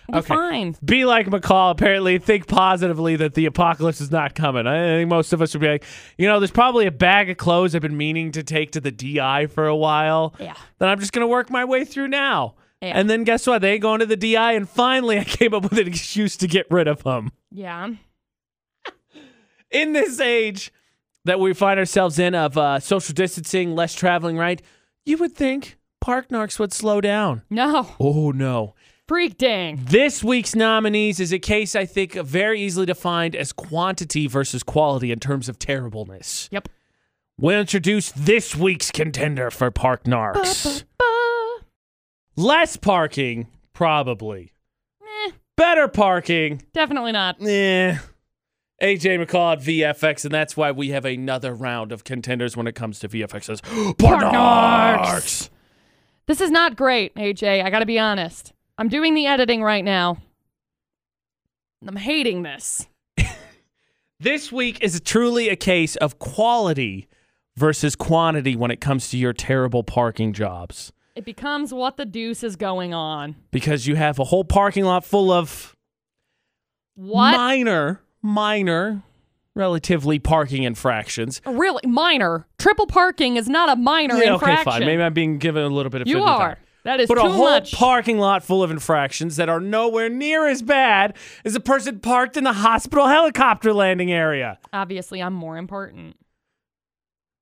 [SPEAKER 2] It'll be
[SPEAKER 1] Okay.
[SPEAKER 2] fine.
[SPEAKER 1] Be like McCall, apparently. Think positively that the apocalypse is not coming. I think most of us would be like, you know, there's probably a bag of clothes I've been meaning to take to the DI for a while
[SPEAKER 2] Yeah.
[SPEAKER 1] that I'm just going to work my way through now.
[SPEAKER 2] Yeah.
[SPEAKER 1] And then guess what? They ain't going to the DI. And finally, I came up with an excuse to get rid of them.
[SPEAKER 2] Yeah.
[SPEAKER 1] in this age that we find ourselves in of uh, social distancing, less traveling, right? You would think park narcs would slow down.
[SPEAKER 2] No.
[SPEAKER 1] Oh no.
[SPEAKER 2] Freak dang.
[SPEAKER 1] This week's nominees is a case I think very easily defined as quantity versus quality in terms of terribleness.
[SPEAKER 2] Yep.
[SPEAKER 1] We'll introduce this week's contender for park narcs.
[SPEAKER 2] Ba,
[SPEAKER 1] Less parking, probably.
[SPEAKER 2] meh,
[SPEAKER 1] Better parking,
[SPEAKER 2] Eh, definitely not.
[SPEAKER 1] Yeah. AJ McCall at VFX, and that's why we have another round of contenders when it comes to VFX's Parnarks.
[SPEAKER 2] This is not great, AJ. I got to be honest. I'm doing the editing right now. I'm hating this.
[SPEAKER 1] This week is truly a case of quality versus quantity when it comes to your terrible parking jobs.
[SPEAKER 2] It becomes what the deuce is going on.
[SPEAKER 1] Because you have a whole parking lot full of
[SPEAKER 2] What?
[SPEAKER 1] minor, minor, relatively parking infractions.
[SPEAKER 2] really? Minor. Triple parking is not a minor
[SPEAKER 1] Yeah, okay,
[SPEAKER 2] infraction.
[SPEAKER 1] fine. Maybe I'm being given a little bit of
[SPEAKER 2] you
[SPEAKER 1] fib
[SPEAKER 2] are.
[SPEAKER 1] there.
[SPEAKER 2] That is
[SPEAKER 1] But
[SPEAKER 2] too
[SPEAKER 1] a whole
[SPEAKER 2] much.
[SPEAKER 1] parking lot full of infractions that are nowhere near as bad as a person parked in the hospital helicopter landing area.
[SPEAKER 2] Obviously, I'm more important.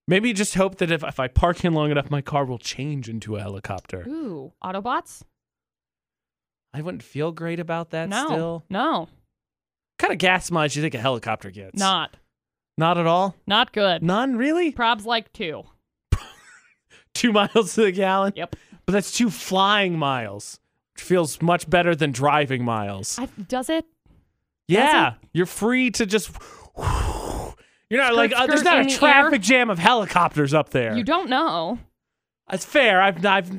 [SPEAKER 1] Maybe you just hope that if, if I park in long enough, my car will change into a helicopter.
[SPEAKER 2] Ooh, Autobots?
[SPEAKER 1] I wouldn't feel great about that
[SPEAKER 2] no.
[SPEAKER 1] still.
[SPEAKER 2] No,
[SPEAKER 1] What kind of gas mileage do you think a helicopter gets?
[SPEAKER 2] not.
[SPEAKER 1] Not at all?
[SPEAKER 2] Not good.
[SPEAKER 1] None, really?
[SPEAKER 2] Prob's like two.
[SPEAKER 1] Two miles to the gallon?
[SPEAKER 2] Yep.
[SPEAKER 1] But that's two flying miles. feels much better than driving miles.
[SPEAKER 2] I, does it?
[SPEAKER 1] yeah, you're free to just. You're not like uh, there's
[SPEAKER 2] skirt
[SPEAKER 1] not
[SPEAKER 2] in
[SPEAKER 1] a
[SPEAKER 2] the air.
[SPEAKER 1] traffic jam of helicopters up there.
[SPEAKER 2] You don't know.
[SPEAKER 1] That's fair. I've I've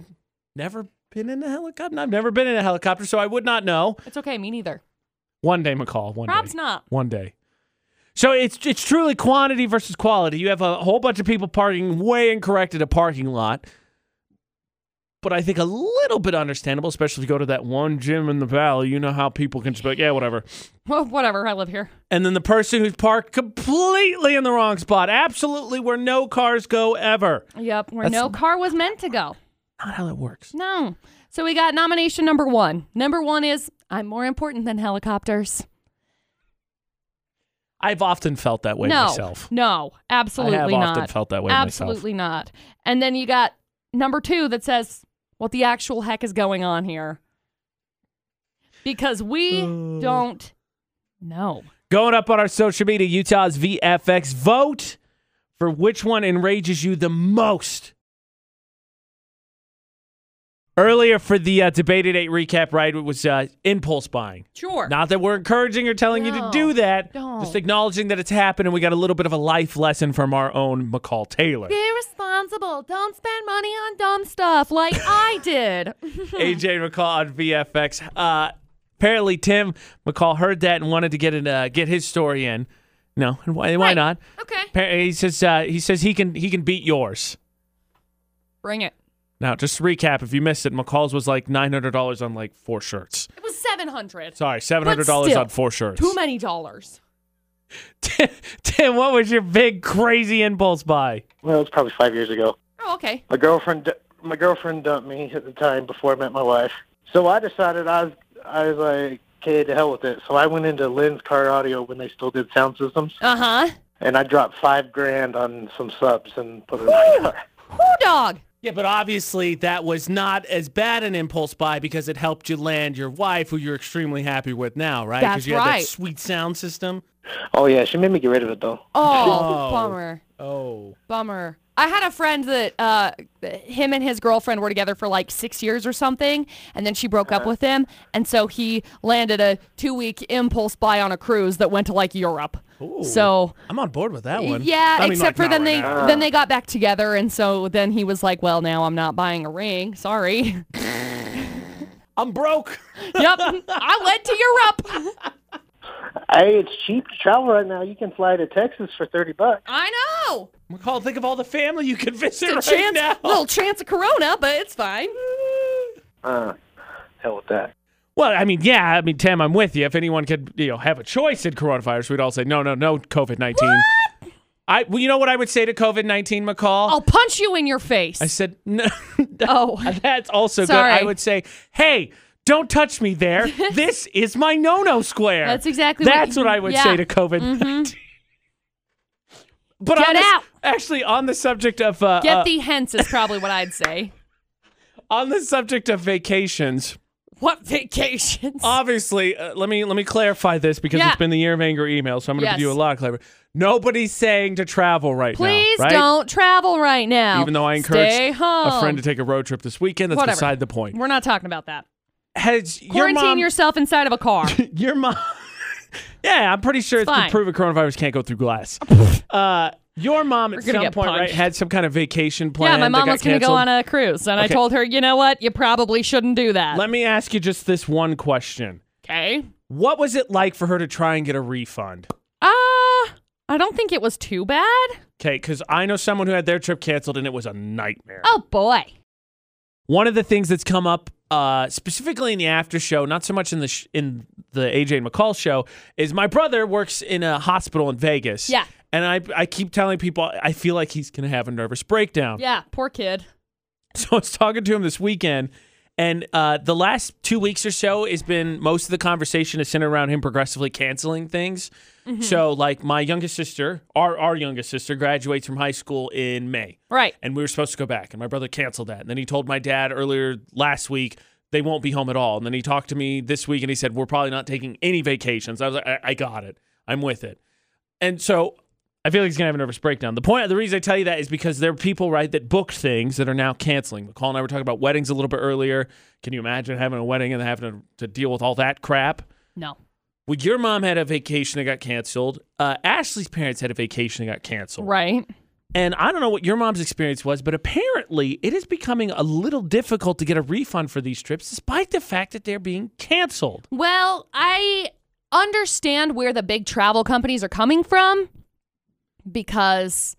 [SPEAKER 1] never been in a helicopter. I've never been in a helicopter, so I would not know.
[SPEAKER 2] It's okay. Me neither.
[SPEAKER 1] One day, McCall. One
[SPEAKER 2] Rob's
[SPEAKER 1] day.
[SPEAKER 2] not.
[SPEAKER 1] One day. So it's it's truly quantity versus quality. You have a whole bunch of people parking way incorrect at a parking lot. But I think a little bit understandable, especially if you go to that one gym in the valley. You know how people can just be like, yeah, whatever.
[SPEAKER 2] Well, whatever. I live here.
[SPEAKER 1] And then the person who's parked completely in the wrong spot, absolutely where no cars go ever.
[SPEAKER 2] Yep. Where
[SPEAKER 1] That's-
[SPEAKER 2] no car was meant to go.
[SPEAKER 1] Not how that works.
[SPEAKER 2] No. So we got nomination number one. Number one is I'm more important than helicopters.
[SPEAKER 1] I've often felt that way
[SPEAKER 2] no.
[SPEAKER 1] myself.
[SPEAKER 2] No. Absolutely
[SPEAKER 1] I have
[SPEAKER 2] not.
[SPEAKER 1] often felt that way myself.
[SPEAKER 2] absolutely not. And then you got number two that says what the actual heck is going on here. Because we
[SPEAKER 1] Uh.
[SPEAKER 2] don't know.
[SPEAKER 1] Going up on our social media, Utah's VFX. Vote for which one enrages you the most. Earlier for the uh, debated eight recap, right? It was uh, impulse buying.
[SPEAKER 2] Sure.
[SPEAKER 1] Not that we're encouraging or telling you to
[SPEAKER 2] No,
[SPEAKER 1] do that,
[SPEAKER 2] don't.
[SPEAKER 1] just acknowledging that it's happened, and we got a little bit of a life lesson from our own McCall Taylor.
[SPEAKER 2] Be responsible. Don't spend money on dumb stuff like I did.
[SPEAKER 1] AJ McCall on VFX. Uh, apparently, Tim McCall heard that and wanted to get it, uh, get his story in. No, and why, why
[SPEAKER 2] Right.
[SPEAKER 1] not?
[SPEAKER 2] okay.
[SPEAKER 1] Appar- He says uh, he says he can he can beat yours.
[SPEAKER 2] Bring it.
[SPEAKER 1] Now, just to recap, if you missed it, McCall's was like nine hundred dollars on like four shirts.
[SPEAKER 2] It was 700.
[SPEAKER 1] Sorry, seven hundred dollars
[SPEAKER 2] still,
[SPEAKER 1] on four shirts.
[SPEAKER 2] Too many dollars.
[SPEAKER 1] Tim, Tim, what was your big crazy impulse buy?
[SPEAKER 5] Well, it was probably five years ago.
[SPEAKER 2] Oh, okay.
[SPEAKER 5] My girlfriend, my girlfriend dumped me at the time before I met my wife. So I decided I was, I was like, okay, to hell with it. So I went into Lynn's Car Audio when they still did sound systems,
[SPEAKER 2] Uh
[SPEAKER 1] Uh-huh.
[SPEAKER 2] huh.
[SPEAKER 5] and I dropped five grand on some subs and put it in my car.
[SPEAKER 2] Who dog?
[SPEAKER 1] Yeah, but obviously that was not as bad an impulse buy because it helped you land your wife, who you're extremely happy with now, right?
[SPEAKER 2] 'Cause That's
[SPEAKER 1] you
[SPEAKER 2] you had that
[SPEAKER 1] had
[SPEAKER 2] right.
[SPEAKER 1] that sweet sound system.
[SPEAKER 5] Oh yeah, she made me get rid of it though.
[SPEAKER 2] Oh, bummer.
[SPEAKER 1] Oh,
[SPEAKER 2] Bummer. I had a friend that uh, him and his girlfriend were together for like six years or something, and then she broke up with him, and so he landed a two-week impulse buy on a cruise that went to like Europe. So
[SPEAKER 1] I'm on board with that one.
[SPEAKER 2] yeah,
[SPEAKER 1] I mean, like,
[SPEAKER 2] except for
[SPEAKER 1] not
[SPEAKER 2] then
[SPEAKER 1] right
[SPEAKER 2] they
[SPEAKER 1] now.
[SPEAKER 2] then they got back together, and so then he was like, "Well, now I'm not buying a ring. Sorry."
[SPEAKER 1] I'm broke.
[SPEAKER 2] yep, I went to Europe.
[SPEAKER 5] Hey, it's cheap to travel right now. You can fly to Texas for thirty bucks.
[SPEAKER 2] I know.
[SPEAKER 1] McCall, think of all the family you could visit
[SPEAKER 2] A
[SPEAKER 1] right
[SPEAKER 2] chance,
[SPEAKER 1] now.
[SPEAKER 2] little chance of Corona, but it's fine.
[SPEAKER 5] Uh, hell with that.
[SPEAKER 1] Well, I mean, yeah, I mean, Tim, I'm with you. If anyone could, you know, have a choice in coronavirus, we'd all say no, no, no, COVID nineteen. I, well, you know what I would say to COVID nineteen, McCall?
[SPEAKER 2] I'll punch you in your face.
[SPEAKER 1] I said no.
[SPEAKER 2] Oh.
[SPEAKER 1] that's also
[SPEAKER 2] Sorry.
[SPEAKER 1] good. I would say, hey, don't touch me there. this is my no-no square.
[SPEAKER 2] That's exactly what
[SPEAKER 1] That's
[SPEAKER 2] you-
[SPEAKER 1] what, I would
[SPEAKER 2] yeah. Mm-hmm.
[SPEAKER 1] say to COVID 19 But
[SPEAKER 2] Get
[SPEAKER 1] on this-
[SPEAKER 2] out.
[SPEAKER 1] actually, on the subject of uh,
[SPEAKER 2] Get
[SPEAKER 1] uh,
[SPEAKER 2] thee hence is probably what I'd say.
[SPEAKER 1] on the subject of vacations.
[SPEAKER 2] What vacations?
[SPEAKER 1] obviously uh, let me let me clarify this because
[SPEAKER 2] Yeah.
[SPEAKER 1] it's been the year of anger email so i'm going to
[SPEAKER 2] Yes.
[SPEAKER 1] do a lot of clever nobody's saying to travel right
[SPEAKER 2] Please
[SPEAKER 1] now right
[SPEAKER 2] don't travel right now.
[SPEAKER 1] even though i encourage
[SPEAKER 2] Stay home.
[SPEAKER 1] a friend to take a road trip this weekend that's
[SPEAKER 2] Whatever.
[SPEAKER 1] beside the point
[SPEAKER 2] We're not talking about that.
[SPEAKER 1] has your
[SPEAKER 2] Quarantine
[SPEAKER 1] mom
[SPEAKER 2] yourself inside of a car.
[SPEAKER 1] your mom yeah i'm pretty sure it's, been
[SPEAKER 2] fine.
[SPEAKER 1] proven coronavirus can't go through glass uh your mom at
[SPEAKER 2] gonna
[SPEAKER 1] some point
[SPEAKER 2] get
[SPEAKER 1] right
[SPEAKER 2] punched.
[SPEAKER 1] had some kind of vacation plan
[SPEAKER 2] yeah, my
[SPEAKER 1] that
[SPEAKER 2] mom
[SPEAKER 1] got
[SPEAKER 2] was going to go
[SPEAKER 1] canceled.
[SPEAKER 2] on a cruise, and I
[SPEAKER 1] Okay.
[SPEAKER 2] told her, you know what? You probably shouldn't do that.
[SPEAKER 1] let me ask you just this one question
[SPEAKER 2] okay.
[SPEAKER 1] what was it like for her to try and get a refund
[SPEAKER 2] Uh, I don't think it was too bad.
[SPEAKER 1] okay because i know someone who had their trip canceled and it was a nightmare
[SPEAKER 2] Oh, boy.
[SPEAKER 1] One of the things that's come up uh, specifically in the after show, not so much in the sh- in the AJ and McCall show, is my brother works in a hospital in Vegas.
[SPEAKER 2] Yeah.
[SPEAKER 1] And I, I keep telling people I feel like he's going to have a nervous breakdown.
[SPEAKER 2] Yeah, poor kid.
[SPEAKER 1] So I was talking to him this weekend, and uh, the last two weeks or so has been most of the conversation is centered around him progressively canceling things.
[SPEAKER 2] Mm-hmm.
[SPEAKER 1] So, like, my youngest sister, our, our youngest sister, graduates from high school in May
[SPEAKER 2] Right.
[SPEAKER 1] and we were supposed to go back and my brother canceled that and then he told my dad earlier last week they won't be home at all and then he talked to me this week and he said we're probably not taking any vacations i was like i, I got it i'm with it and so I feel like he's gonna have a nervous breakdown. The point, the reason I tell you that is because there are people, right, that booked things that are now canceling. McCall and I were talking about weddings a little bit earlier. Can you imagine having a wedding and then having to, to deal with all that crap?
[SPEAKER 2] No.
[SPEAKER 1] Well, your mom had a vacation that got canceled. Uh, Ashley's parents had a vacation that got canceled.
[SPEAKER 2] Right.
[SPEAKER 1] And I don't know what your mom's experience was, but apparently it is becoming a little difficult to get a refund for these trips, despite the fact that they're being canceled.
[SPEAKER 2] Well, I understand where the big travel companies are coming from because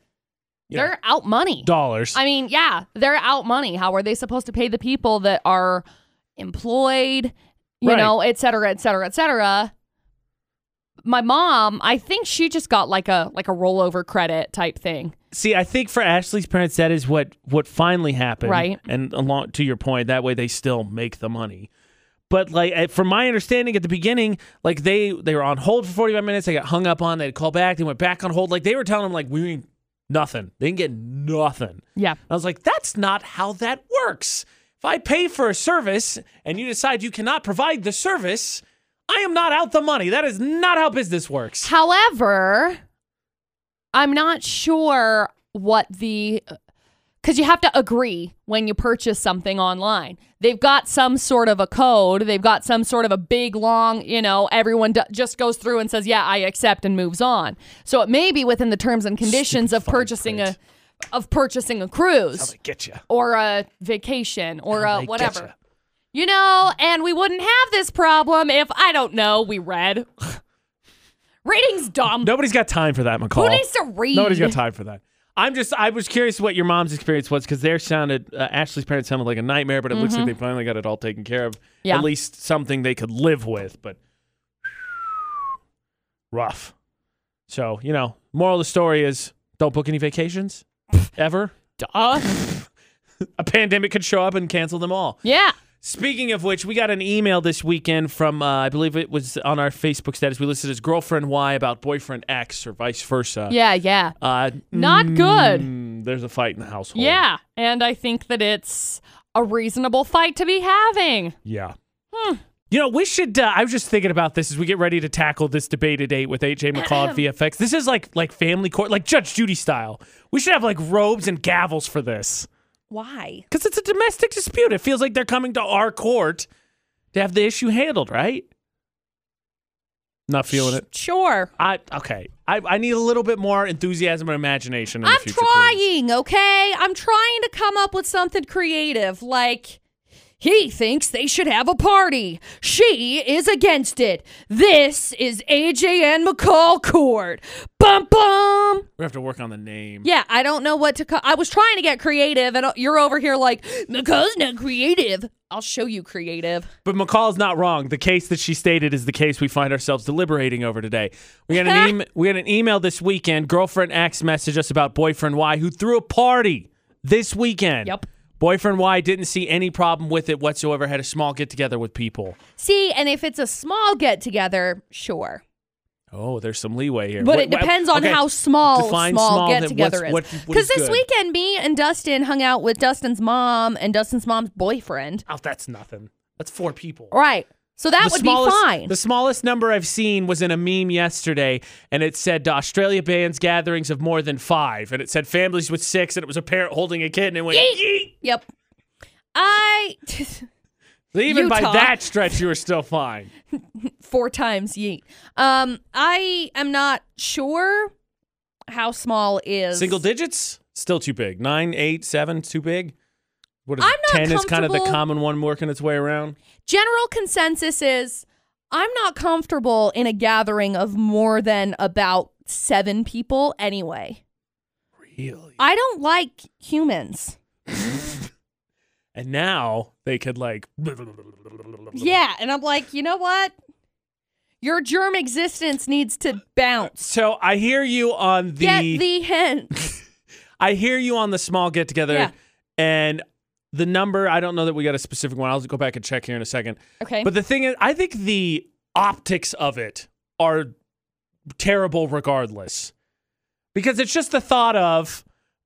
[SPEAKER 1] Yeah.
[SPEAKER 2] they're out money.
[SPEAKER 1] Dollars.
[SPEAKER 2] I mean, yeah, they're out money. How are they supposed to pay the people that are employed, you
[SPEAKER 1] Right.
[SPEAKER 2] know, et cetera, et cetera, et cetera? My mom, I think she just got like a like a rollover credit type thing.
[SPEAKER 1] See, I think for Ashley's parents, that is what what finally happened,
[SPEAKER 2] Right.
[SPEAKER 1] And along to your point, that way they still make the money. But like, eh, from my understanding at the beginning, like they they were on hold for forty five minutes. They got hung up on. They would call back. They went back on hold. Like they were telling them, like we ain't nothing. They didn't get nothing.
[SPEAKER 2] Yeah.
[SPEAKER 1] I was like, that's not how that works. If I pay for a service and you decide you cannot provide the service, I am not out the money. That is not how business works.
[SPEAKER 2] However, I'm not sure what the because you have to agree when you purchase something online. They've got some sort of a code. They've got some sort of a big long, you know, everyone d- just goes through and says, "Yeah, I accept" and moves on. So it may be within the terms and conditions
[SPEAKER 1] Stupid
[SPEAKER 2] of
[SPEAKER 1] fine
[SPEAKER 2] purchasing
[SPEAKER 1] print.
[SPEAKER 2] a of purchasing a cruise
[SPEAKER 1] How they get you?
[SPEAKER 2] or a vacation or
[SPEAKER 1] How
[SPEAKER 2] a
[SPEAKER 1] they
[SPEAKER 2] whatever.
[SPEAKER 1] getcha.
[SPEAKER 2] You know, and we wouldn't have this problem if I don't know. We read. Reading's dumb.
[SPEAKER 1] Nobody's got time for that, McCall.
[SPEAKER 2] Who needs to read?
[SPEAKER 1] Nobody's got time for that. I'm just, I was curious what your mom's experience was because their sounded, uh, Ashley's parents sounded like a nightmare, but it looks like they finally got it all taken care of.
[SPEAKER 2] Yeah.
[SPEAKER 1] At least something they could live with, but rough. So, you know, moral of the story is don't book any vacations ever.
[SPEAKER 2] Duh.
[SPEAKER 1] A pandemic could show up and cancel them all.
[SPEAKER 2] yeah.
[SPEAKER 1] Speaking of which, we got an email this weekend from, uh, I believe it was on our Facebook status. We listed as girlfriend Y about boyfriend X or vice versa.
[SPEAKER 2] Yeah, yeah.
[SPEAKER 1] Uh,
[SPEAKER 2] Not good.
[SPEAKER 1] mm, There's a fight in the household.
[SPEAKER 2] Yeah. And I think that it's a reasonable fight to be having.
[SPEAKER 1] Yeah. You know, we should. Uh, I was just thinking about this as we get ready to tackle this debate today with AJ McCall at VFX. This is like like family court, like Judge Judy style. We should have like robes and gavels for this
[SPEAKER 6] Why?
[SPEAKER 1] because it's a domestic dispute. It feels like they're coming to our court to have the issue handled, right? Not feeling it.
[SPEAKER 6] Sure.
[SPEAKER 1] I okay. I, I need a little bit more enthusiasm and imagination. In the
[SPEAKER 6] I'm
[SPEAKER 1] future, please.
[SPEAKER 6] trying, okay? I'm trying to come up with something creative. Like, he thinks they should have a party. She is against it. This is AJ and McCall Court. Bum bum.
[SPEAKER 1] We have to work on the name.
[SPEAKER 6] Yeah, I don't know what to. Co- I was trying to get creative, and you're over here like McCall's not creative. I'll show you creative.
[SPEAKER 1] But McCall's not wrong. The case that she stated is the case we find ourselves deliberating over today. We had an em- we had an email this weekend. Girlfriend X messaged us about boyfriend Y who threw a party this weekend.
[SPEAKER 2] Yep.
[SPEAKER 1] Boyfriend Y didn't see any problem with it whatsoever. Had a small get together with people.
[SPEAKER 6] See, and if it's a small get together, sure.
[SPEAKER 1] Oh, there's some leeway here.
[SPEAKER 6] But
[SPEAKER 1] What-
[SPEAKER 6] it
[SPEAKER 1] what-
[SPEAKER 6] depends on
[SPEAKER 1] okay.
[SPEAKER 6] how small small,
[SPEAKER 1] Define small, then
[SPEAKER 6] get together
[SPEAKER 1] what's-
[SPEAKER 6] is.
[SPEAKER 1] what- what is
[SPEAKER 6] Because this
[SPEAKER 1] good?
[SPEAKER 6] weekend, me and Dustin hung out with Dustin's mom and Dustin's mom's boyfriend.
[SPEAKER 1] Oh, that's nothing. That's four people.
[SPEAKER 6] Right. So that
[SPEAKER 1] The
[SPEAKER 6] would
[SPEAKER 1] smallest-
[SPEAKER 6] be fine.
[SPEAKER 1] The smallest number I've seen was in a meme yesterday, and it said uh, Australia bans gatherings of more than five, and it said families with six, and it was a parent holding a kid, and it went. yeet.
[SPEAKER 6] yep. I
[SPEAKER 1] Even by
[SPEAKER 6] Utah.
[SPEAKER 1] that stretch, you were still fine.
[SPEAKER 6] four times yeet. Um, I am not sure how small is
[SPEAKER 1] Single digits, still too big. Nine, eight, seven, too big. What is
[SPEAKER 6] I'm
[SPEAKER 1] it?
[SPEAKER 6] not
[SPEAKER 1] ten? Is kind of the
[SPEAKER 6] comfortable-
[SPEAKER 1] common one working its way around.
[SPEAKER 6] general consensus is I'm not comfortable in a gathering of more than about seven people anyway.
[SPEAKER 1] Really?
[SPEAKER 6] I don't like humans.
[SPEAKER 1] And now they could like.
[SPEAKER 6] Yeah, and I'm like, you know what? Your germ existence needs to bounce.
[SPEAKER 1] So I hear you on the.
[SPEAKER 6] Get the hint.
[SPEAKER 1] I hear you on the small get together,
[SPEAKER 6] Yeah.
[SPEAKER 1] and the number. I don't know that we got a specific one. I'll go back and check here in a second.
[SPEAKER 6] Okay.
[SPEAKER 1] But the thing is, I think the optics of it are terrible regardless. Because it's just the thought of,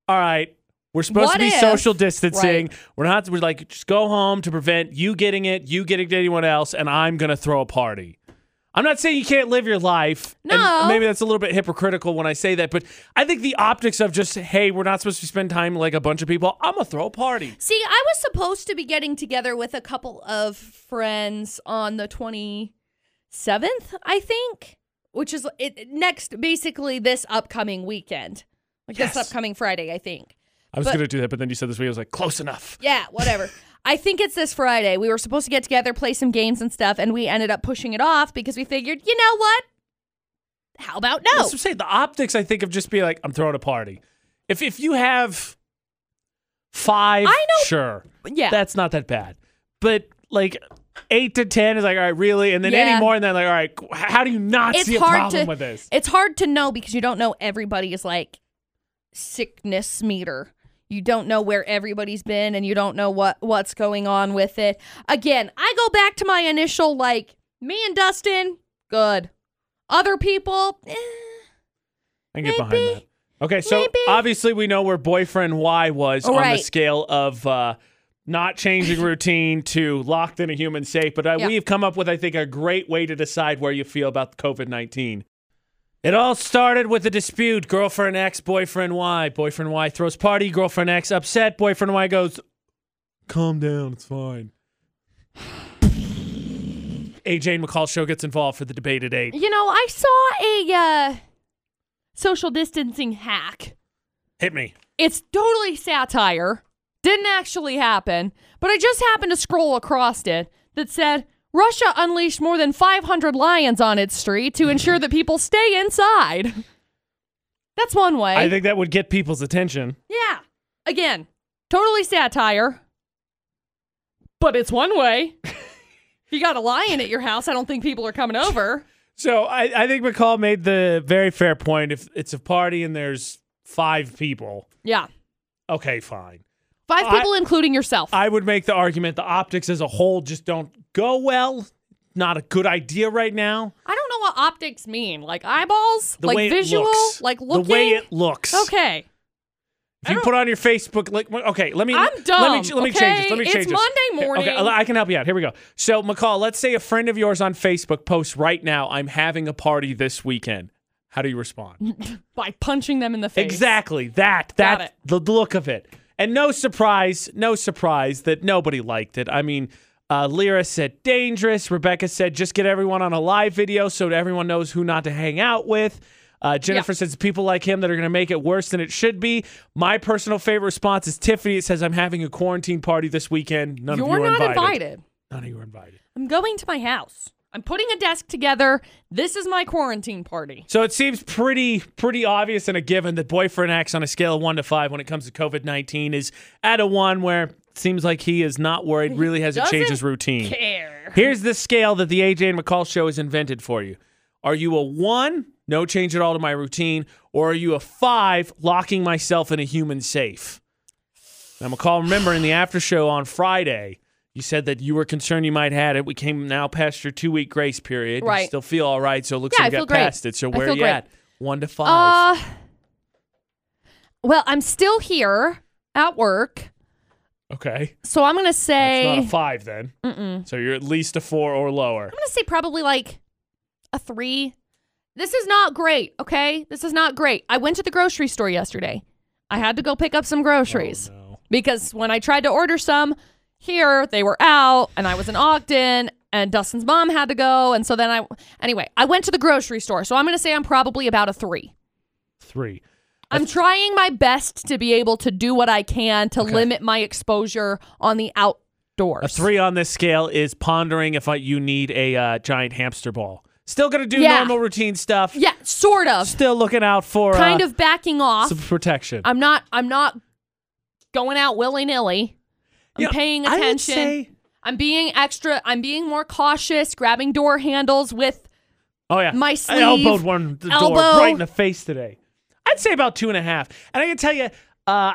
[SPEAKER 1] all right, we're supposed
[SPEAKER 6] What
[SPEAKER 1] to be
[SPEAKER 6] if-
[SPEAKER 1] social distancing. We're not, we're like, just go home to prevent you getting it, you getting it to anyone else, and I'm going to throw a party. I'm not saying you can't live your life. and
[SPEAKER 2] No.
[SPEAKER 1] maybe that's a little bit hypocritical when I say that, but I think the optics of just, hey, we're not supposed to spend time like a bunch of people. I'm going to throw a party.
[SPEAKER 6] See, I was supposed to be getting together with a couple of friends on the 27th, I think, which is it, next, basically this upcoming weekend, like
[SPEAKER 1] Yes.
[SPEAKER 6] this upcoming Friday, I think.
[SPEAKER 1] I was
[SPEAKER 6] But-
[SPEAKER 1] going to do that, but then you said this week. I was like, close enough.
[SPEAKER 6] Yeah, whatever. I think it's this Friday. We were supposed to get together, play some games and stuff, and we ended up pushing it off because we figured, you know what? How about no?
[SPEAKER 1] That's what I'm saying. The optics, I think, of just being like, I'm throwing a party. If, if you have five,
[SPEAKER 6] I know-
[SPEAKER 1] sure.
[SPEAKER 6] yeah.
[SPEAKER 1] That's not that bad. But like eight to 10 is like, all right, really? And then any
[SPEAKER 6] Yeah.
[SPEAKER 1] more, and then like, all right, qu- how do you not
[SPEAKER 6] it's
[SPEAKER 1] see a
[SPEAKER 6] hard
[SPEAKER 1] problem
[SPEAKER 6] to
[SPEAKER 1] with this?
[SPEAKER 6] it's hard to know because you don't know everybody's like sickness meter you don't know where everybody's been and you don't know what what's going on with it again i go back to my initial like me and dustin good other people eh,
[SPEAKER 1] I can get
[SPEAKER 6] Maybe.
[SPEAKER 1] behind that. Okay, so
[SPEAKER 6] Maybe.
[SPEAKER 1] obviously we know where boyfriend Y was on
[SPEAKER 6] Right.
[SPEAKER 1] the scale of uh, not changing routine to locked in a human safe, but uh,
[SPEAKER 6] Yeah.
[SPEAKER 1] we've come up with, I think, a great way to decide where you feel about COVID 19. It all started with a dispute. Girlfriend X, boyfriend Y. Boyfriend Y throws party. Girlfriend X upset. Boyfriend Y goes, calm down. It's fine. AJ and McCall show gets involved for the debate at eight.
[SPEAKER 2] You know, I saw a uh, social distancing hack.
[SPEAKER 1] Hit me.
[SPEAKER 2] It's totally satire. Didn't actually happen, but I just happened to scroll across it that said Russia unleashed more than 500 lions on its street to ensure that people stay inside. That's one way.
[SPEAKER 1] I think that would get people's attention.
[SPEAKER 2] yeah. Again, totally satire. But it's one way. you got a lion at your house, I don't think people are coming over.
[SPEAKER 1] So I, I think McCall made the very fair point. If it's a party and there's five people,
[SPEAKER 2] Yeah.
[SPEAKER 1] okay, fine.
[SPEAKER 2] Five
[SPEAKER 1] I-
[SPEAKER 2] people, including yourself.
[SPEAKER 1] I would make the argument the optics as a whole just don't go well. Not a good idea right now.
[SPEAKER 2] I don't know what optics mean. Like eyeballs?
[SPEAKER 1] The
[SPEAKER 2] like
[SPEAKER 1] way
[SPEAKER 2] visual?
[SPEAKER 1] it looks,
[SPEAKER 2] Like looking?
[SPEAKER 1] the way it looks.
[SPEAKER 2] okay.
[SPEAKER 1] If you put on your Facebook, like, okay, let me.
[SPEAKER 2] I'm
[SPEAKER 1] Let me,
[SPEAKER 2] dumb,
[SPEAKER 1] ch- let me change this. Let me
[SPEAKER 2] okay?
[SPEAKER 1] change this.
[SPEAKER 2] It's Monday morning.
[SPEAKER 1] Okay, I I can help you out. Here we go. So, McCall, let's say a friend of yours on Facebook posts right now, I'm having a party this weekend. How do you respond?
[SPEAKER 2] By punching them in the face.
[SPEAKER 1] Exactly. That that
[SPEAKER 2] it.
[SPEAKER 1] the the look of it. And no surprise, no surprise that nobody liked it. I mean, uh, Lyra said dangerous. Rebecca said just get everyone on a live video so that everyone knows who not to hang out with. Uh, Jennifer says people like him that are going to make it worse than it should be. My personal favorite response is Tiffany. It says I'm having a quarantine party this weekend. None of
[SPEAKER 2] You're
[SPEAKER 1] you are
[SPEAKER 2] not
[SPEAKER 1] invited.
[SPEAKER 2] invited.
[SPEAKER 1] None of you are invited.
[SPEAKER 2] I'm going to my house. I'm putting a desk together. This is my quarantine party.
[SPEAKER 1] So it seems pretty pretty obvious and a given that boyfriend acts on a scale of one to five when it comes to COVID nineteen is at a one where it seems like he is not worried, really hasn't changed his routine.
[SPEAKER 2] Air.
[SPEAKER 1] Here's the scale that the AJ and McCall show has invented for you. Are you a one, no change at all to my routine, or are you a five, locking myself in a human safe? Now McCall, remember in the after show on Friday, you said that you were concerned you might had it. We came now past your two week grace period. You
[SPEAKER 2] Right.
[SPEAKER 1] still feel all right, so it looks
[SPEAKER 2] Yeah,
[SPEAKER 1] like
[SPEAKER 2] I
[SPEAKER 1] you
[SPEAKER 2] feel
[SPEAKER 1] got
[SPEAKER 2] great.
[SPEAKER 1] past it. So
[SPEAKER 2] I
[SPEAKER 1] where
[SPEAKER 2] feel
[SPEAKER 1] are you
[SPEAKER 2] great.
[SPEAKER 1] at? One to five.
[SPEAKER 2] Uh, well, I'm still here at work. Uh,
[SPEAKER 1] okay.
[SPEAKER 2] So I'm going to
[SPEAKER 1] It's
[SPEAKER 2] say,
[SPEAKER 1] not a
[SPEAKER 2] I'm
[SPEAKER 1] five then. So you're at least a four or lower.
[SPEAKER 2] going to say probably like a three. This is not great, okay? This is not great. I went to the grocery store yesterday. I had to go pick up some groceries.
[SPEAKER 1] No.
[SPEAKER 2] because when I tried to order some here, they were out and I was in Ogden and Dustin's mom had to go. And so then I, anyway, I went to the grocery store. So I'm going to say I'm probably about a three.
[SPEAKER 1] Three.
[SPEAKER 2] I'm trying my best to be able to do what I can to limit my exposure on the outdoors.
[SPEAKER 1] A three on this scale is pondering if I, you need a uh, giant hamster ball. Still gonna do
[SPEAKER 2] Yeah.
[SPEAKER 1] normal routine stuff.
[SPEAKER 2] Yeah, sort of.
[SPEAKER 1] Still looking out for
[SPEAKER 2] Kind
[SPEAKER 1] uh,
[SPEAKER 2] of backing off.
[SPEAKER 1] some protection.
[SPEAKER 2] I'm not, I'm not going out willy nilly. I'm
[SPEAKER 1] You know,
[SPEAKER 2] paying
[SPEAKER 1] I would
[SPEAKER 2] attention.
[SPEAKER 1] say-
[SPEAKER 2] I'm being extra, I'm being more cautious, grabbing door handles with
[SPEAKER 1] oh yeah,
[SPEAKER 2] my
[SPEAKER 1] I
[SPEAKER 2] sleeve,
[SPEAKER 1] elbowed one the door
[SPEAKER 2] elbow.
[SPEAKER 1] right in the face today. I'd say about two and a half. And I can tell you, uh,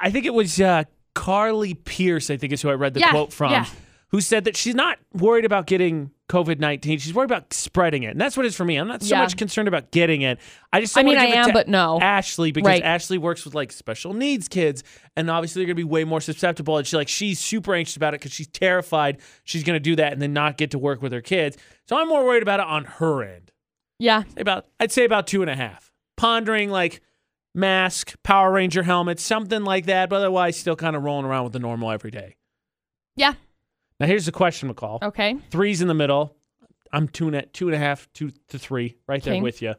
[SPEAKER 1] I think it was uh, Carly Pierce. I think is who I read the
[SPEAKER 2] Yeah,
[SPEAKER 1] quote from.
[SPEAKER 2] yeah.
[SPEAKER 1] Who said that she's not worried about getting COVID 19. She's worried about spreading it. And that's what it is for me. I'm not so
[SPEAKER 2] Yeah.
[SPEAKER 1] much concerned about getting it. I just
[SPEAKER 2] I
[SPEAKER 1] don't wanna
[SPEAKER 2] mean,
[SPEAKER 1] give
[SPEAKER 2] I
[SPEAKER 1] it
[SPEAKER 2] am,
[SPEAKER 1] to
[SPEAKER 2] but no.
[SPEAKER 1] Ashley because
[SPEAKER 2] Oh. Right.
[SPEAKER 1] Ashley works with like special needs kids, and obviously they're gonna be way more susceptible. And she like she's super anxious about it because she's terrified she's gonna do that and then not get to work with her kids. So I'm more worried about it on her end.
[SPEAKER 2] Yeah.
[SPEAKER 1] Say about I'd say about two and a half. Pondering like mask, Power Ranger helmet, something like that, but otherwise still kind of rolling around with the normal every day.
[SPEAKER 2] Yeah.
[SPEAKER 1] Now here's the question, McCall.
[SPEAKER 2] Okay.
[SPEAKER 1] Three's in the middle. I'm two and a, two and a half, two to three, right there
[SPEAKER 2] Okay.
[SPEAKER 1] with you.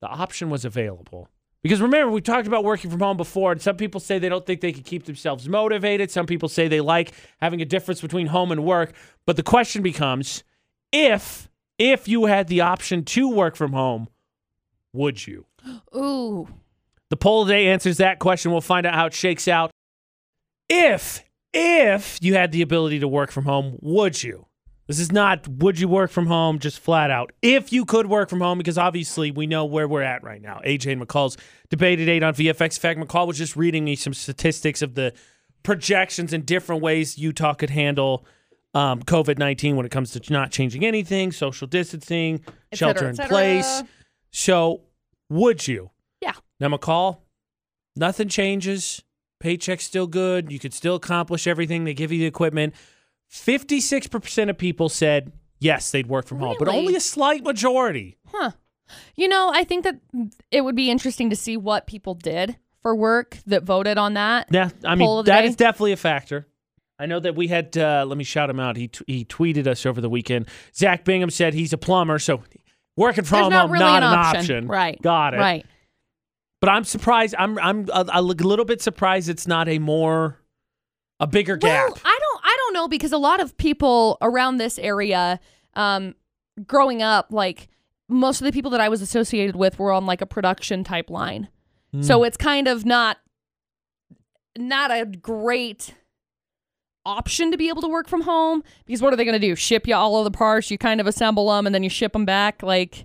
[SPEAKER 1] The option was available because remember we talked about working from home before, and some people say they don't think they can keep themselves motivated. Some people say they like having a difference between home and work. But the question becomes, if if you had the option to work from home, would you?
[SPEAKER 2] Ooh.
[SPEAKER 1] The poll today answers that question. We'll find out how it shakes out. If if you had the ability to work from home, would you? This is not would you work from home, just flat out. If you could work from home, because obviously we know where we're at right now. AJ and McCall's debate at eight on VFX. In fact, McCall was just reading me some statistics of the projections and different ways Utah could handle um, COVID 19 when it comes to not changing anything, social distancing,
[SPEAKER 2] Et cetera,
[SPEAKER 1] shelter in
[SPEAKER 2] et cetera.
[SPEAKER 1] place. So, would you?
[SPEAKER 2] Yeah.
[SPEAKER 1] Now, McCall, nothing changes. Paycheck's still good. You could still accomplish everything. They give you the equipment. 56% of people said yes, they'd work from home, but
[SPEAKER 2] Really?
[SPEAKER 1] only a slight majority.
[SPEAKER 2] Huh. You know, I think that it would be interesting to see what people did for work that voted on that.
[SPEAKER 1] Yeah, I
[SPEAKER 2] Poll
[SPEAKER 1] mean,
[SPEAKER 2] of the
[SPEAKER 1] that
[SPEAKER 2] day?
[SPEAKER 1] is definitely a factor. I know that we had, uh, let me shout him out. He, t- he tweeted us over the weekend. Zach Bingham said he's a plumber, so working
[SPEAKER 2] There's
[SPEAKER 1] from
[SPEAKER 2] not
[SPEAKER 1] home,
[SPEAKER 2] really
[SPEAKER 1] not
[SPEAKER 2] an option.
[SPEAKER 1] Right.
[SPEAKER 2] Right.
[SPEAKER 1] Got it.
[SPEAKER 2] Right.
[SPEAKER 1] But I'm surprised. I'm I'm a, a little bit surprised it's not a more a bigger
[SPEAKER 2] Well,
[SPEAKER 1] gap.
[SPEAKER 2] I don't I don't know because a lot of people around this area um growing up like most of the people that I was associated with were on like a production type line.
[SPEAKER 1] Hmm.
[SPEAKER 2] So it's kind of not not a great option to be able to work from home because what are they going to do? Ship you all of the parts, you kind of assemble them and then you ship them back like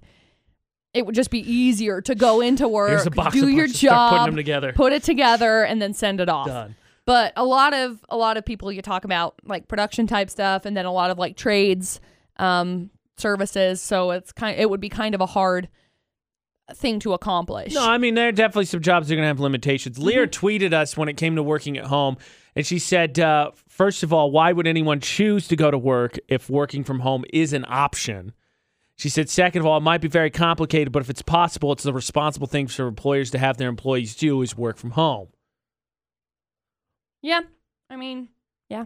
[SPEAKER 2] it would just be easier to go into work,
[SPEAKER 1] Here's a box
[SPEAKER 2] do
[SPEAKER 1] of
[SPEAKER 2] your
[SPEAKER 1] parts, just start
[SPEAKER 2] job,
[SPEAKER 1] putting them together.
[SPEAKER 2] put it together and then send it off
[SPEAKER 1] Done.
[SPEAKER 2] but a lot of a lot of people you talk about like production type stuff and then a lot of like trades um services so it's kind it would be kind of a hard thing to accomplish
[SPEAKER 1] No, I mean there are definitely some jobs that are going to have limitations. Lear
[SPEAKER 2] Mm-hmm.
[SPEAKER 1] tweeted us when it came to working at home, and she said, uh, first of all, why would anyone choose to go to work if working from home is an option? She said, second of all, it might be very complicated, but if it's possible, it's the responsible thing for employers to have their employees do is work from home.
[SPEAKER 2] yeah i mean
[SPEAKER 1] Do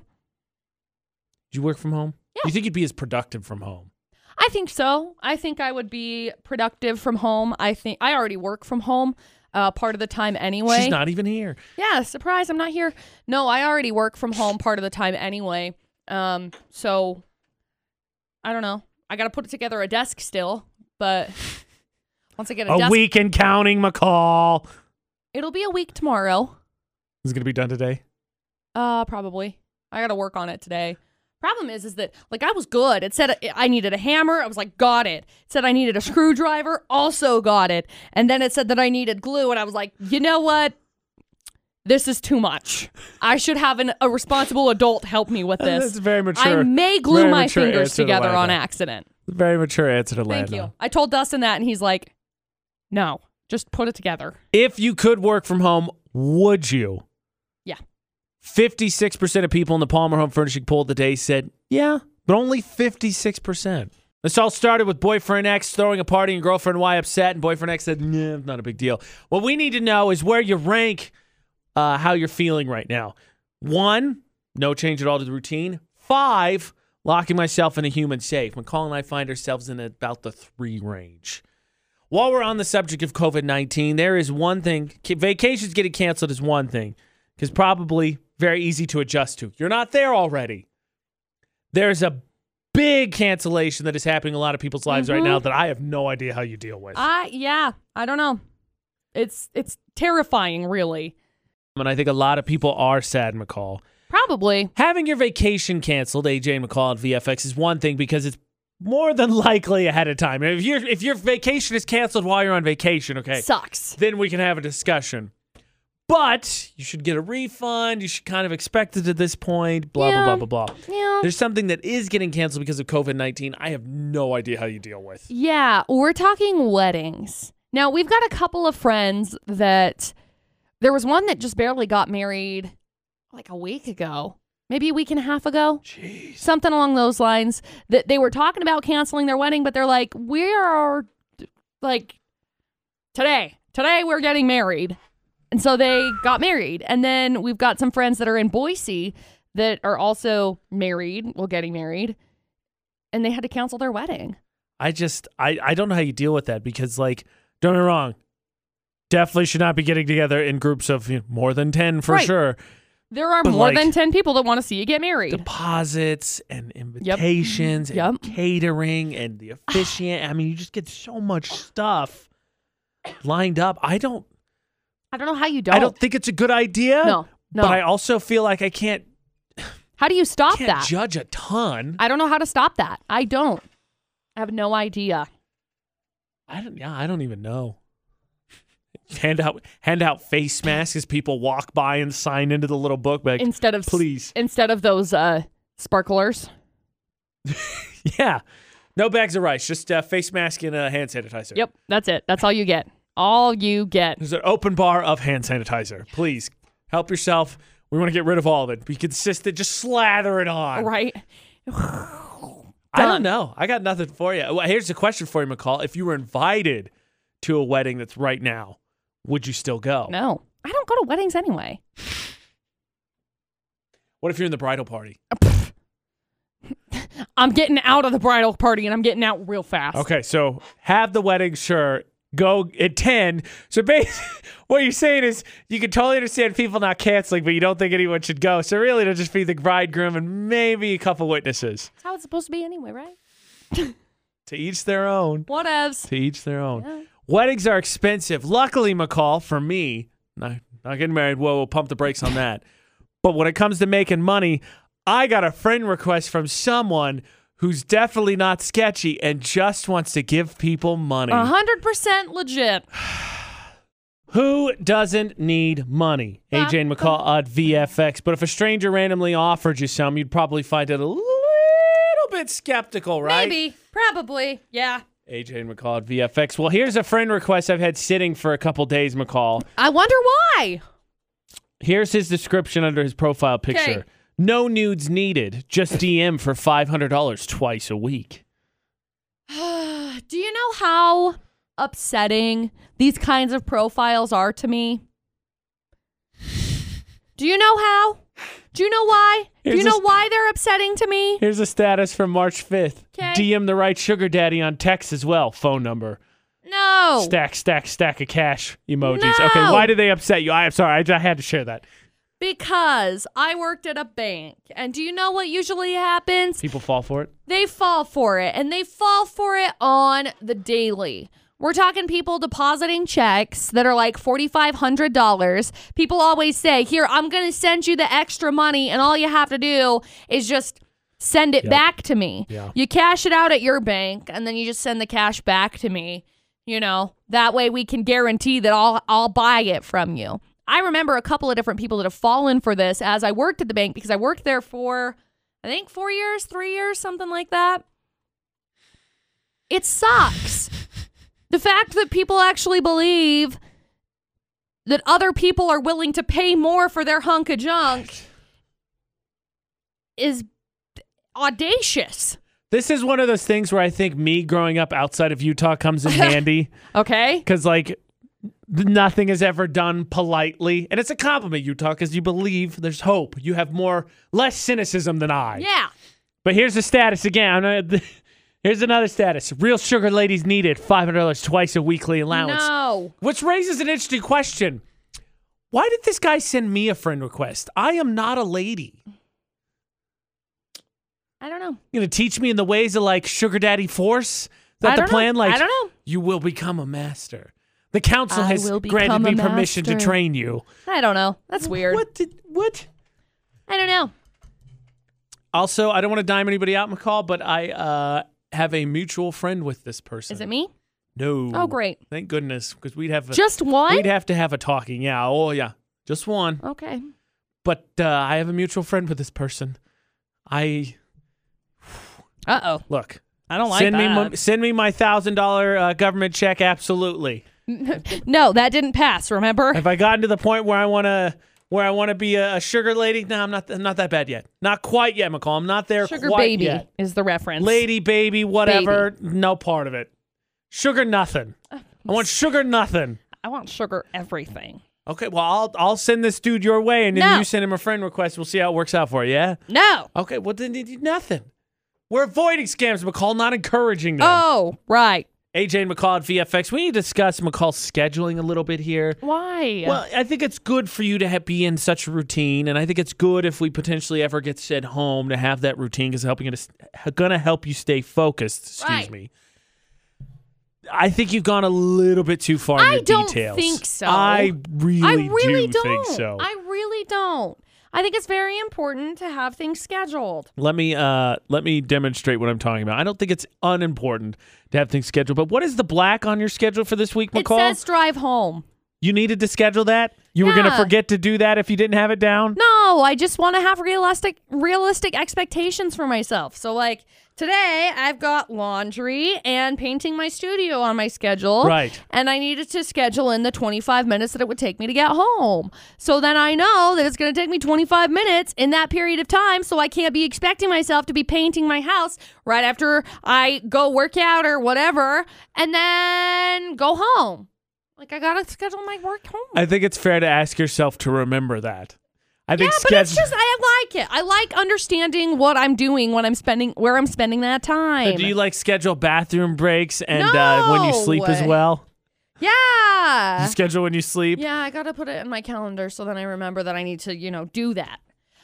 [SPEAKER 1] you work from home?
[SPEAKER 2] Yeah.
[SPEAKER 1] Do you think you'd be as productive from home?
[SPEAKER 2] i think so i think i would be productive from home i think i already work from home uh, part of the time anyway
[SPEAKER 1] She's not even here.
[SPEAKER 2] Yeah, surprise, I'm not here. No, I already work from home part of the time anyway. Um, so I don't know. I gotta put together a desk still, but once I get a,
[SPEAKER 1] A
[SPEAKER 2] desk,
[SPEAKER 1] week and counting, McCall.
[SPEAKER 2] it'll be a week tomorrow.
[SPEAKER 1] Is it going to be done today?
[SPEAKER 2] Uh, probably. I gotta work on it today. Problem is, is that like I was good. It said I needed a hammer. I was like, got it. It said I needed a screwdriver. Also got it. And then it said that I needed glue, and I was like, you know what? This is too much. I should have an, a responsible adult help me with this.
[SPEAKER 1] That's very mature.
[SPEAKER 2] I may glue
[SPEAKER 1] very
[SPEAKER 2] my
[SPEAKER 1] mature
[SPEAKER 2] fingers
[SPEAKER 1] answer to
[SPEAKER 2] together
[SPEAKER 1] Lana.
[SPEAKER 2] on accident.
[SPEAKER 1] Very mature answer to Lana.
[SPEAKER 2] Thank you. I told Dustin that, and he's like, no, just put it together.
[SPEAKER 1] If you could work from home, would you?
[SPEAKER 2] Yeah.
[SPEAKER 1] 56% of people in the Palmer Home Furnishing poll today said, yeah, but only 56%. This all started with boyfriend X throwing a party and girlfriend Y upset, and boyfriend X said, nah, not a big deal. What we need to know is where you rank uh, how you're feeling right now. One, no change at all to the routine. Five, locking myself in a human safe. McCall and I find ourselves in about the three range. While we're on the subject of COVID 19, there is one thing ca- vacations getting canceled is one thing because probably very easy to adjust to. You're not there already. There's a big cancellation that is happening in a lot of people's lives right now that I have no idea how you deal with.
[SPEAKER 2] I yeah, I don't know. It's it's terrifying, really.
[SPEAKER 1] and I think a lot of people are sad, McCall.
[SPEAKER 2] Probably.
[SPEAKER 1] Having your vacation canceled, AJ and McCall at VFX, is one thing because it's more than likely ahead of time. If, your if your vacation is canceled while you're on vacation, okay?
[SPEAKER 2] Sucks.
[SPEAKER 1] then we can have a discussion. But you should get a refund. You should kind of expect it at this point. Blah blah
[SPEAKER 2] Yeah.
[SPEAKER 1] blah blah blah.
[SPEAKER 2] Yeah.
[SPEAKER 1] There's something that is getting canceled because of COVID nineteen. I have no idea how you deal with.
[SPEAKER 2] Yeah, we're talking weddings. Now, we've got a couple of friends that there was one that just barely got married like a week ago. maybe a week and a half ago. Something along those lines that they were talking about canceling their wedding, but they're like, we are like today, today we're getting married. And so they got married. And then we've got some friends that are in Boise that are also married, well, getting married, and they had to cancel their wedding.
[SPEAKER 1] I just I I don't know how you deal with that because like don't get me wrong, definitely should not be getting together in groups of you know, more than ten for
[SPEAKER 2] Right.
[SPEAKER 1] sure.
[SPEAKER 2] There are
[SPEAKER 1] But,
[SPEAKER 2] more
[SPEAKER 1] like,
[SPEAKER 2] than 10 people that want to see you get married.
[SPEAKER 1] Deposits and invitations and catering and the officiant. I mean, you just get so much stuff lined up. I don't
[SPEAKER 2] I don't know how you don't.
[SPEAKER 1] I don't think it's a good idea.
[SPEAKER 2] No, no.
[SPEAKER 1] But I also feel like I can't
[SPEAKER 2] how do you stop
[SPEAKER 1] can't
[SPEAKER 2] that?
[SPEAKER 1] judge a ton.
[SPEAKER 2] I don't know how to stop that. I don't. I have no idea.
[SPEAKER 1] I don't. Yeah, I don't even know. Hand out, hand out face masks as people walk by and sign into the little book. Like,
[SPEAKER 2] Instead of
[SPEAKER 1] please,
[SPEAKER 2] instead of those uh sparklers.
[SPEAKER 1] yeah, no bags of rice, just uh, face mask and a hand sanitizer.
[SPEAKER 2] Yep, that's it. That's all you get. All you get.
[SPEAKER 1] There's an open bar of hand sanitizer. Please help yourself. We want to get rid of all of it. Be consistent. Just slather it on.
[SPEAKER 2] Right?
[SPEAKER 1] I don't know. I got nothing for you. Well, here's a question for you, McCall. If you were invited to a wedding that's right now, would you still go?
[SPEAKER 2] No. I don't go to weddings anyway.
[SPEAKER 1] What if you're in the bridal party?
[SPEAKER 2] I'm getting out of the bridal party and I'm getting out real fast.
[SPEAKER 1] Okay, so have the wedding, sure. Go at 10. So basically, what you're saying is you can totally understand people not canceling, but you don't think anyone should go. So really, it'll just be the bridegroom and maybe a couple witnesses.
[SPEAKER 2] That's how it's supposed to be anyway, right?
[SPEAKER 1] To each their own.
[SPEAKER 2] Whatevs.
[SPEAKER 1] To each their own. Weddings are expensive. Luckily, McCall, for me, not, not getting married, whoa, we'll pump the brakes on that. But when it comes to making money, I got a friend request from someone who's definitely not sketchy and just wants to give people money.
[SPEAKER 2] A hundred percent legit.
[SPEAKER 1] Who doesn't need money? AJ and McCall at VFX. But if a stranger randomly offered you some, you'd probably find it a little bit skeptical, right?
[SPEAKER 7] Maybe, probably, yeah.
[SPEAKER 1] AJ and McCall at VFX. Well, here's a friend request I've had sitting for a couple days, McCall.
[SPEAKER 2] I wonder why.
[SPEAKER 1] Here's his description under his profile picture.
[SPEAKER 7] Okay.
[SPEAKER 1] No nudes needed. Just DM for $500 twice a week.
[SPEAKER 2] Do you know how upsetting these kinds of profiles are to me? Do you know how? Do you know why? Do
[SPEAKER 1] Here's
[SPEAKER 2] you know
[SPEAKER 1] a-
[SPEAKER 2] why they're upsetting to me?
[SPEAKER 1] Here's a status from March 5th.
[SPEAKER 2] 'Kay.
[SPEAKER 1] DM the right sugar daddy on text as well. Phone number.
[SPEAKER 2] No.
[SPEAKER 1] Stack, stack, stack of cash emojis.
[SPEAKER 2] No.
[SPEAKER 1] Okay, why did they upset you? I am sorry. I, ju- I had to share that.
[SPEAKER 2] Because I worked at a bank. And do you know what usually happens?
[SPEAKER 1] People fall for it.
[SPEAKER 2] They fall for it, and they fall for it on the daily. We're talking people depositing checks that are like $4,500. People always say, Here, I'm going to send you the extra money, and all you have to do is just send it back to me.
[SPEAKER 1] Yeah.
[SPEAKER 2] You cash it out at your bank, and then you just send the cash back to me. You know, that way we can guarantee that I'll, I'll buy it from you. I remember a couple of different people that have fallen for this as I worked at the bank because I worked there for I think four years, three years, something like that. It sucks. the fact that people actually believe that other people are willing to pay more for their hunk of junk is audacious.
[SPEAKER 1] This is one of those things where I think me growing up outside of Utah comes in handy
[SPEAKER 2] Okay.
[SPEAKER 1] because, like, nothing is ever done politely. And it's a compliment, Utah, because you believe there's hope. You have more, less cynicism than I.
[SPEAKER 2] Yeah.
[SPEAKER 1] But here's the status again. I'm not- here's another status. Real sugar ladies needed $500 twice a weekly allowance.
[SPEAKER 2] No.
[SPEAKER 1] Which raises an interesting question. Why did this guy send me a friend request? I am not a lady. You
[SPEAKER 2] I don't know.
[SPEAKER 1] gonna teach me in the ways of like sugar daddy force? Is that
[SPEAKER 2] I
[SPEAKER 1] the
[SPEAKER 2] don't know.
[SPEAKER 1] plan? Like
[SPEAKER 2] I don't know.
[SPEAKER 1] You will become a master. The council
[SPEAKER 2] I
[SPEAKER 1] has
[SPEAKER 2] will
[SPEAKER 1] granted
[SPEAKER 2] become a
[SPEAKER 1] me permission to
[SPEAKER 2] master.
[SPEAKER 1] train you.
[SPEAKER 2] I don't know. That's weird.
[SPEAKER 1] What did what?
[SPEAKER 2] I don't know.
[SPEAKER 1] Also, I don't want to dime anybody out, McCall, but I uh, have a mutual friend with this person.
[SPEAKER 2] Is it me?
[SPEAKER 1] No.
[SPEAKER 2] Oh, great.
[SPEAKER 1] Thank goodness, because we'd have a,
[SPEAKER 2] Just one?
[SPEAKER 1] we'd have to have a talking. Yeah. Oh, yeah. Just one.
[SPEAKER 2] Okay.
[SPEAKER 1] But uh, I have a mutual friend with this person. I
[SPEAKER 2] Uh oh.
[SPEAKER 1] look.
[SPEAKER 2] I don't like
[SPEAKER 1] send me
[SPEAKER 2] that.
[SPEAKER 1] my, send me my thousand dollar uh, government check. Absolutely.
[SPEAKER 2] No, that didn't pass, remember?
[SPEAKER 1] Have I gotten to the point where I want to where I want to be a, a sugar lady. No, I'm not. I'm not that bad yet. Not quite yet, McCall. I'm not there.
[SPEAKER 8] Sugar
[SPEAKER 1] quite
[SPEAKER 8] baby
[SPEAKER 1] yet.
[SPEAKER 8] is the reference.
[SPEAKER 1] lady, baby, whatever. No part of it. Sugar nothing. I want sugar nothing.
[SPEAKER 8] I want sugar everything.
[SPEAKER 1] Okay, well, I'll I'll send this dude your way, and then
[SPEAKER 8] No.
[SPEAKER 1] you send him a friend request. We'll see how it works out for you. Yeah.
[SPEAKER 8] No.
[SPEAKER 1] Okay. Well, then you do nothing. We're avoiding scams, McCall, not encouraging them.
[SPEAKER 8] Oh, right.
[SPEAKER 1] AJ and McCall at VFX. We need to discuss McCall's scheduling a little bit here.
[SPEAKER 2] Why?
[SPEAKER 1] Well, I think it's good for you to ha be in such a routine, and I think it's good if we potentially ever get sent home to have that routine because helping it going to help you stay focused. Excuse
[SPEAKER 2] Right.
[SPEAKER 1] me. I think you've gone a little bit too far. in
[SPEAKER 2] I
[SPEAKER 1] your
[SPEAKER 2] don't
[SPEAKER 1] details.
[SPEAKER 2] think so.
[SPEAKER 1] I really,
[SPEAKER 2] I really
[SPEAKER 1] do
[SPEAKER 2] not
[SPEAKER 1] think so.
[SPEAKER 2] I really don't. I think it's very important to have things scheduled.
[SPEAKER 1] Let me uh let me demonstrate what I'm talking about. I don't think it's unimportant to have things scheduled, but what is the black on your schedule for this week, McCall?
[SPEAKER 2] It says drive home.
[SPEAKER 1] you needed to schedule that? You were gonna
[SPEAKER 2] Yeah.
[SPEAKER 1] forget to do that if you didn't have it down?
[SPEAKER 2] No, I just want to have realistic realistic expectations for myself. So like today I've got laundry and painting my studio on my schedule.
[SPEAKER 1] Right.
[SPEAKER 2] And I needed to schedule in the 25 minutes that it would take me to get home. So then I know that it's going to take me 25 minutes in that period of time so I can't be expecting myself to be painting my house right after I go work out or whatever and then go home. Like I got to schedule my work home.
[SPEAKER 1] I think it's fair to ask yourself to remember that. I
[SPEAKER 2] Yeah,
[SPEAKER 1] think
[SPEAKER 2] but it's
[SPEAKER 1] schedule
[SPEAKER 2] just I like it. I like understanding what I'm doing when I'm spending where I'm spending that time.
[SPEAKER 1] do you like schedule bathroom breaks and uh, when you sleep as
[SPEAKER 2] No.
[SPEAKER 1] well? You
[SPEAKER 2] yeah.
[SPEAKER 1] schedule when you sleep?
[SPEAKER 2] Yeah, I got to put it in my calendar so then I remember that I need to, you know, do that.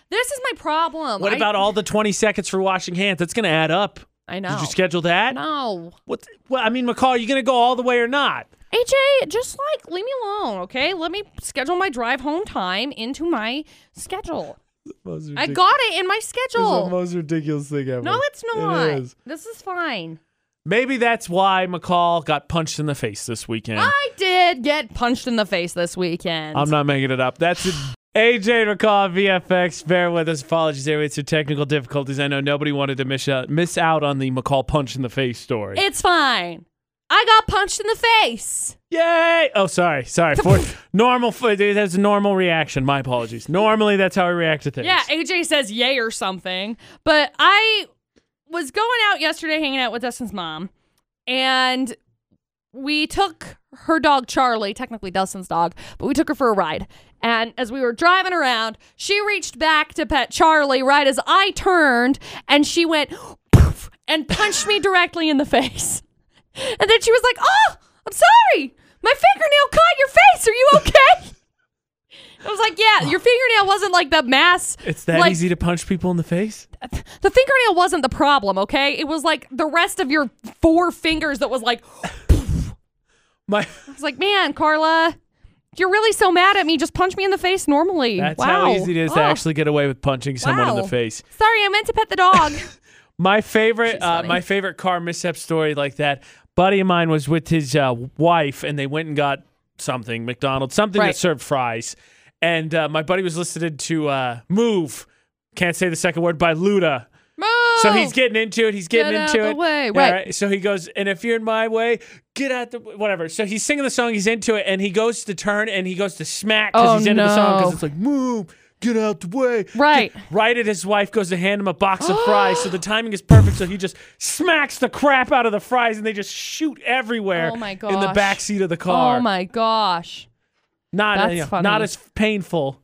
[SPEAKER 2] This is my problem.
[SPEAKER 1] What
[SPEAKER 2] I-
[SPEAKER 1] about all the 20 seconds for washing hands? That's going to add up.
[SPEAKER 2] I know.
[SPEAKER 1] Did you schedule that?
[SPEAKER 2] no.
[SPEAKER 1] What? Well, I mean, McCall, are you going to go all the way or not?
[SPEAKER 2] AJ, just like leave me alone, okay? Let me schedule my drive home time into my schedule. I got it in my schedule.
[SPEAKER 1] most ridiculous thing ever.
[SPEAKER 2] No, it's not. This is fine.
[SPEAKER 1] Maybe that's why McCall got punched in the face this weekend.
[SPEAKER 2] I did get punched in the face this weekend.
[SPEAKER 1] I'm not making it up. That's it. AJ McCall, VFX, bear with us. Apologies, airways for technical difficulties. I know nobody wanted to miss out, miss out on the McCall punch in the face story.
[SPEAKER 2] It's fine. I got punched in the face.
[SPEAKER 1] Yay! Oh, sorry, sorry. For, normal, f- that's a normal reaction. My apologies. Normally, that's how I react to things.
[SPEAKER 2] Yeah, AJ says yay or something. But I was going out yesterday hanging out with Dustin's mom, and we took her dog Charlie, technically Dustin's dog, but we took her for a ride. And as we were driving around, she reached back to pet Charlie right as I turned, and she went poof and punched me directly in the face. And then she was like, "Oh, I'm sorry. My fingernail caught your face. Are you okay?" I was like, "Yeah, your fingernail wasn't like the mass.
[SPEAKER 1] It's that
[SPEAKER 2] like,
[SPEAKER 1] easy to punch people in the face?
[SPEAKER 2] The fingernail wasn't the problem, okay? It was like the rest of your four fingers that was like, I
[SPEAKER 1] My,
[SPEAKER 2] was like, man, Carla." You're really so mad at me. Just punch me in the face normally.
[SPEAKER 1] that's
[SPEAKER 2] wow.
[SPEAKER 1] how easy it is to
[SPEAKER 2] Oh,
[SPEAKER 1] actually get away with punching someone in
[SPEAKER 2] Wow.
[SPEAKER 1] the face.
[SPEAKER 2] Sorry, I meant to pet the dog.
[SPEAKER 1] My favorite,
[SPEAKER 2] She's
[SPEAKER 1] uh,
[SPEAKER 2] funny.
[SPEAKER 1] my favorite car mishap story like that. Buddy of mine was with his uh, wife, and they went and got something McDonald's, something
[SPEAKER 2] Right.
[SPEAKER 1] that served fries. And uh, my buddy was listening to uh, "Move," can't say the second word by Luda.
[SPEAKER 2] Move.
[SPEAKER 1] So he's getting into it. He's getting
[SPEAKER 2] Get out
[SPEAKER 1] into
[SPEAKER 2] the
[SPEAKER 1] it.
[SPEAKER 2] way.
[SPEAKER 1] All
[SPEAKER 2] Right.
[SPEAKER 1] So he goes, and if you're in my way, get out the whatever. So he's singing the song. He's into it, and he goes to turn, and he goes to smack because
[SPEAKER 2] Oh,
[SPEAKER 1] he's into the song
[SPEAKER 2] no.
[SPEAKER 1] because it's like move. Get out the way.
[SPEAKER 2] Right.
[SPEAKER 1] Right at his wife goes to hand him a box of fries. So the timing is perfect. So he just smacks the crap out of the fries and they just shoot everywhere
[SPEAKER 2] Oh my
[SPEAKER 1] in the
[SPEAKER 2] gosh.
[SPEAKER 1] back seat of the car.
[SPEAKER 2] Oh my gosh.
[SPEAKER 1] Not,
[SPEAKER 2] That's
[SPEAKER 1] you know,
[SPEAKER 2] funny.
[SPEAKER 1] not as painful.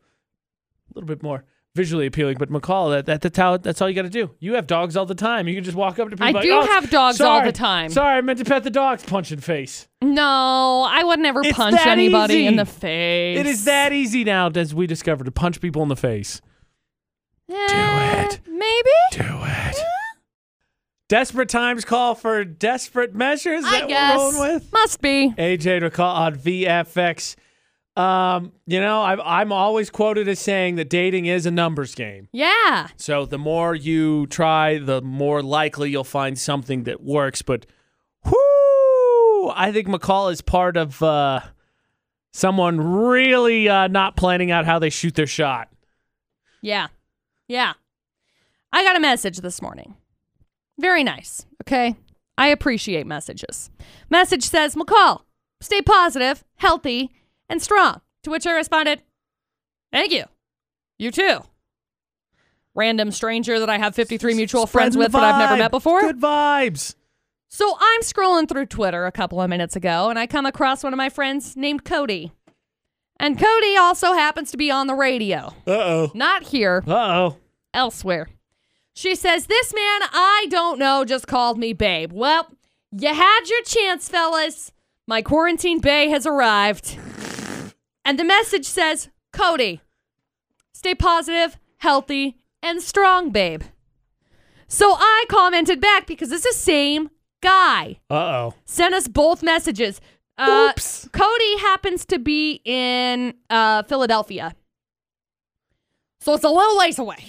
[SPEAKER 1] A little bit more visually appealing. But McCall, that, that, that's, how, that's all you got to do. You have dogs all the time. You can just walk up to people.
[SPEAKER 2] I
[SPEAKER 1] like,
[SPEAKER 2] do
[SPEAKER 1] "Oh,
[SPEAKER 2] have dogs all
[SPEAKER 1] sorry,
[SPEAKER 2] the time."
[SPEAKER 1] Sorry, I meant to pet the dog's punching face.
[SPEAKER 2] No, I would never
[SPEAKER 1] It's
[SPEAKER 2] punch
[SPEAKER 1] that
[SPEAKER 2] anybody
[SPEAKER 1] easy.
[SPEAKER 2] in the face.
[SPEAKER 1] It is that easy now, as we discovered, to punch people in the face.
[SPEAKER 2] Eh,
[SPEAKER 1] it.
[SPEAKER 2] Maybe.
[SPEAKER 1] Do it. Desperate times call for desperate measures.
[SPEAKER 2] I
[SPEAKER 1] that
[SPEAKER 2] guess.
[SPEAKER 1] we're rolling with.
[SPEAKER 2] Must be.
[SPEAKER 1] AJ to call on VFX. Um, you know, I've, I'm always quoted as saying that dating is a numbers game.
[SPEAKER 2] Yeah.
[SPEAKER 1] So the more you try, the more likely you'll find something that works. But whoo, I think McCall is part of uh, someone really uh, not planning out how they shoot their shot.
[SPEAKER 2] Yeah. Yeah. I got a message this morning. Very nice. Okay. I appreciate messages. Message says, McCall, stay positive, healthy, and strong. To which I responded, Thank you. You too. Random stranger that I have 53 mutual
[SPEAKER 1] Spreading
[SPEAKER 2] friends
[SPEAKER 1] the
[SPEAKER 2] with that I've never
[SPEAKER 1] vibe.
[SPEAKER 2] met before.
[SPEAKER 1] Good vibes.
[SPEAKER 2] So I'm scrolling through Twitter a couple of minutes ago and I come across one of my friends named Cody. And Cody also happens to be on the radio,
[SPEAKER 1] Uh oh.
[SPEAKER 2] not here,
[SPEAKER 1] Uh oh.
[SPEAKER 2] elsewhere. She says, This man I don't know just called me babe. Well, you had your chance, fellas. My quarantine bay has arrived. And the message says, Cody, stay positive, healthy, and strong, babe. So I commented back because it's the same guy
[SPEAKER 1] Uh oh.
[SPEAKER 2] sent us both messages. Uh, Cody happens to be in uh, Philadelphia. So it's a little ways away.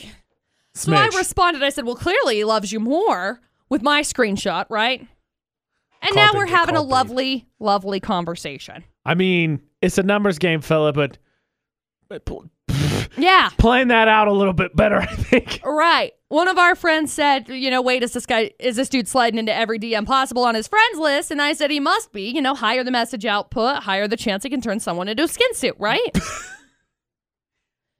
[SPEAKER 2] So I responded, I said, well, clearly he loves you more with my screenshot, right? And now
[SPEAKER 1] Called
[SPEAKER 2] we're
[SPEAKER 1] it-
[SPEAKER 2] having a
[SPEAKER 1] called it.
[SPEAKER 2] lovely, lovely conversation.
[SPEAKER 1] I mean, it's a numbers game, fella, but, but pl-
[SPEAKER 2] Yeah.
[SPEAKER 1] playing that out a little bit better, I think.
[SPEAKER 2] Right. One of our friends said, you know, wait, is this guy, is this dude sliding into every DM possible on his friends list? And I said, he must be. You know, higher the message output, higher the chance he can turn someone into a skin suit, right?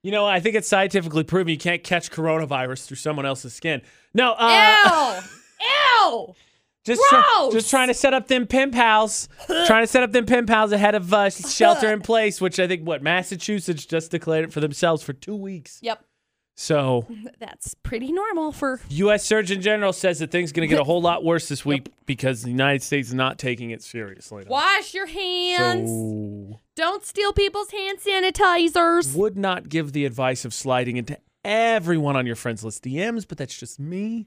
[SPEAKER 1] You know, I think it's scientifically proven you can't catch coronavirus through someone else's skin. No, uh,
[SPEAKER 2] Ew! Ew!
[SPEAKER 1] Just, try-
[SPEAKER 2] Gross!
[SPEAKER 1] just trying to set up them pen pals. trying to set up them pen pals ahead of uh, shelter in place, which I think what Massachusetts just declared it for themselves for two weeks.
[SPEAKER 2] Yep.
[SPEAKER 1] So
[SPEAKER 2] That's pretty normal for.
[SPEAKER 1] U.S. Surgeon General says that things going to get a whole lot worse this week because the United States is not taking it seriously.
[SPEAKER 2] Wash your hands.
[SPEAKER 1] So
[SPEAKER 2] Don't steal people's hand sanitizers.
[SPEAKER 1] would not give the advice of sliding into everyone on your friends list DMs, but that's just me.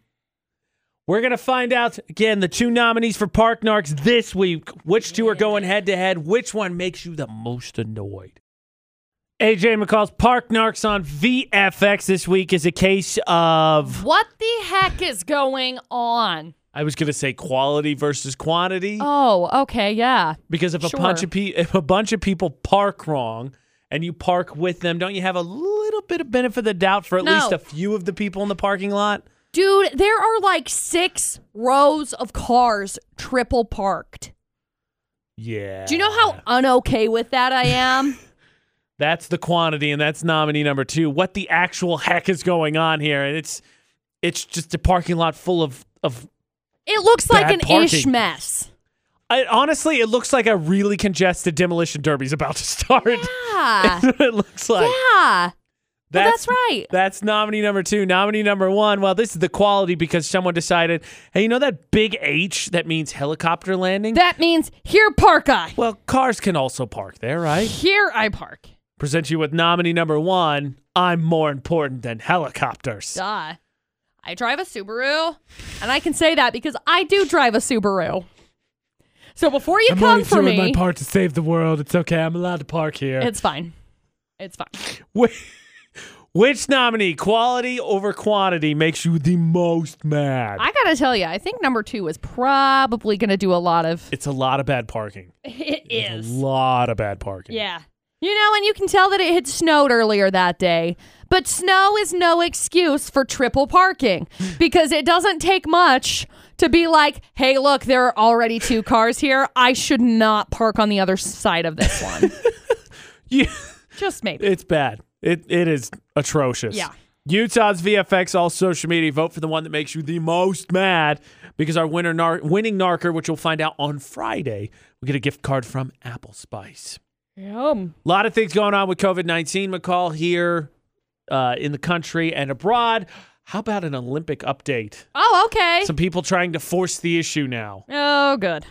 [SPEAKER 1] We're gonna find out again the two nominees for Park Narks this week. Which two are going head to head? Which one makes you the most annoyed? AJ McCall's Park Narks on VFX this week is a case of
[SPEAKER 2] What the heck is going on?
[SPEAKER 1] I was gonna say quality versus quantity.
[SPEAKER 2] Oh, okay, yeah.
[SPEAKER 1] Because if a
[SPEAKER 2] Sure.
[SPEAKER 1] bunch of pe- if a bunch of people park wrong and you park with them, don't you have a little bit of benefit of the doubt for at
[SPEAKER 2] No.
[SPEAKER 1] least a few of the people in the parking lot?
[SPEAKER 2] Dude, there are like six rows of cars triple parked.
[SPEAKER 1] Yeah.
[SPEAKER 2] Do you know how unokay with that I am?
[SPEAKER 1] That's the quantity, and that's nominee number two. What the actual heck is going on here? And it's it's just a parking lot full of of.
[SPEAKER 2] it looks like
[SPEAKER 1] Bad
[SPEAKER 2] an ish
[SPEAKER 1] parking.
[SPEAKER 2] mess.
[SPEAKER 1] I, honestly, it looks like a really congested demolition derby's about to start.
[SPEAKER 2] Yeah.
[SPEAKER 1] That's what it looks like.
[SPEAKER 2] yeah. Well, that's right.
[SPEAKER 1] That's nominee number two. Nominee number one. Well, this is the quality because someone decided, hey, you know that big H that means helicopter landing?
[SPEAKER 2] That means here park I.
[SPEAKER 1] well, cars can also park there, right?
[SPEAKER 2] Here I park.
[SPEAKER 1] Present you with nominee number one. I'm more important than helicopters.
[SPEAKER 2] Duh. I drive a Subaru, and I can say that because I do drive a Subaru. So before you come for me,
[SPEAKER 1] part to save the world. It's okay. I'm allowed to park here.
[SPEAKER 2] it's fine. It's fine.
[SPEAKER 1] Which nominee, quality over quantity, makes you the most mad?
[SPEAKER 2] I gotta tell you, I think number two is probably gonna do a lot of.
[SPEAKER 1] it's a lot of bad parking.
[SPEAKER 2] It
[SPEAKER 1] It's a lot of bad parking.
[SPEAKER 2] Yeah. You know, and you can tell that it had snowed earlier that day. But snow is no excuse for triple parking because it doesn't take much to be like, hey, look, there are already two cars here. I should not park on the other side of this one.
[SPEAKER 1] Yeah.
[SPEAKER 2] Just maybe.
[SPEAKER 1] It's bad. It it is atrocious.
[SPEAKER 2] Yeah.
[SPEAKER 1] Utah's VFX all social media vote for the one that makes you the most mad because our winner nar- winning narker, which you'll find out on Friday, we get a gift card from Apple Spice.
[SPEAKER 2] Yum.
[SPEAKER 1] A lot of things going on with COVID nineteen. McCall here uh, in the country and abroad. How about an Olympic update?
[SPEAKER 2] Oh, okay.
[SPEAKER 1] Some people trying to force the issue now.
[SPEAKER 2] oh, good.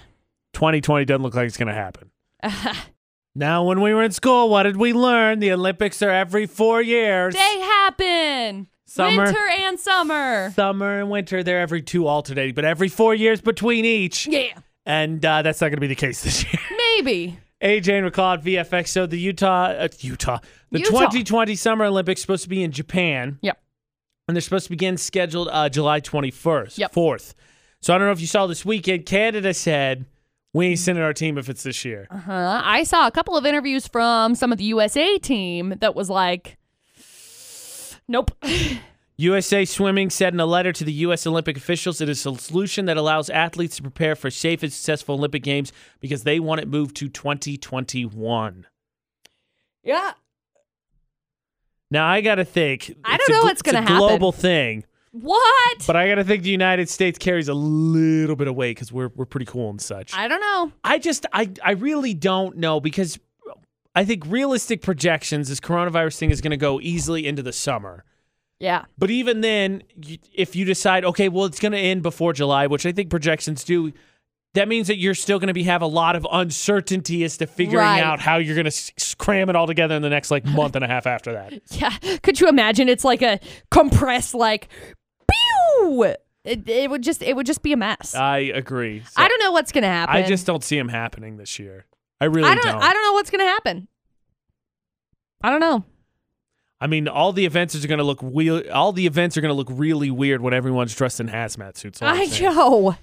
[SPEAKER 1] 2020 doesn't look like it's going to happen. now, when we were in school, what did we learn? The Olympics are every four years.
[SPEAKER 2] They happen.
[SPEAKER 1] Summer.
[SPEAKER 2] Winter and summer.
[SPEAKER 1] summer and winter they're every two alternating but every four years between each
[SPEAKER 2] Yeah.
[SPEAKER 1] and uh, that's not going to be the case this year
[SPEAKER 2] Maybe.
[SPEAKER 1] aj and mccloud vfx so the utah uh, utah the
[SPEAKER 2] Utah.
[SPEAKER 1] 2020 summer olympics supposed to be in japan
[SPEAKER 2] Yep.
[SPEAKER 1] and they're supposed to begin scheduled uh, july 21st
[SPEAKER 2] Yep.
[SPEAKER 1] 4th so i don't know if you saw this weekend canada said we ain't sending our team if it's this year
[SPEAKER 2] Huh? I saw a couple of interviews from some of the USA team that was like, nope.
[SPEAKER 1] USA Swimming said in a letter to the U.S. Olympic officials, it is a solution that allows athletes to prepare for safe and successful Olympic Games because they want it moved to 2021.
[SPEAKER 2] yeah.
[SPEAKER 1] Now I gotta think.
[SPEAKER 2] I
[SPEAKER 1] it's
[SPEAKER 2] don't know
[SPEAKER 1] a, gl-
[SPEAKER 2] what's gonna
[SPEAKER 1] it's a Global thing,
[SPEAKER 2] What?
[SPEAKER 1] but I gotta think the United States carries a little bit of weight because we're we're pretty cool and such.
[SPEAKER 2] I don't know.
[SPEAKER 1] I just I I really don't know because I think realistic projections this coronavirus thing is going to go easily into the summer.
[SPEAKER 2] Yeah.
[SPEAKER 1] But even then, you- if you decide okay, well it's going to end before July, which I think projections do, that means that you're still going to be have a lot of uncertainty as to figuring
[SPEAKER 2] Right.
[SPEAKER 1] out how you're going to s- cram it all together in the next like month and a half after that.
[SPEAKER 2] Yeah. Could you imagine? It's like a compressed, like, pew! It, it would just it would just be a mess.
[SPEAKER 1] I agree. Uh, So
[SPEAKER 2] I don't know what's gonna happen.
[SPEAKER 1] I just don't see them happening this year. I really
[SPEAKER 2] I don't, I don't know what's gonna happen. I don't know.
[SPEAKER 1] I mean, all the events are going to look wheel- all the events are going to look really weird when everyone's dressed in hazmat suits. all I'm
[SPEAKER 2] I
[SPEAKER 1] saying.
[SPEAKER 2] know.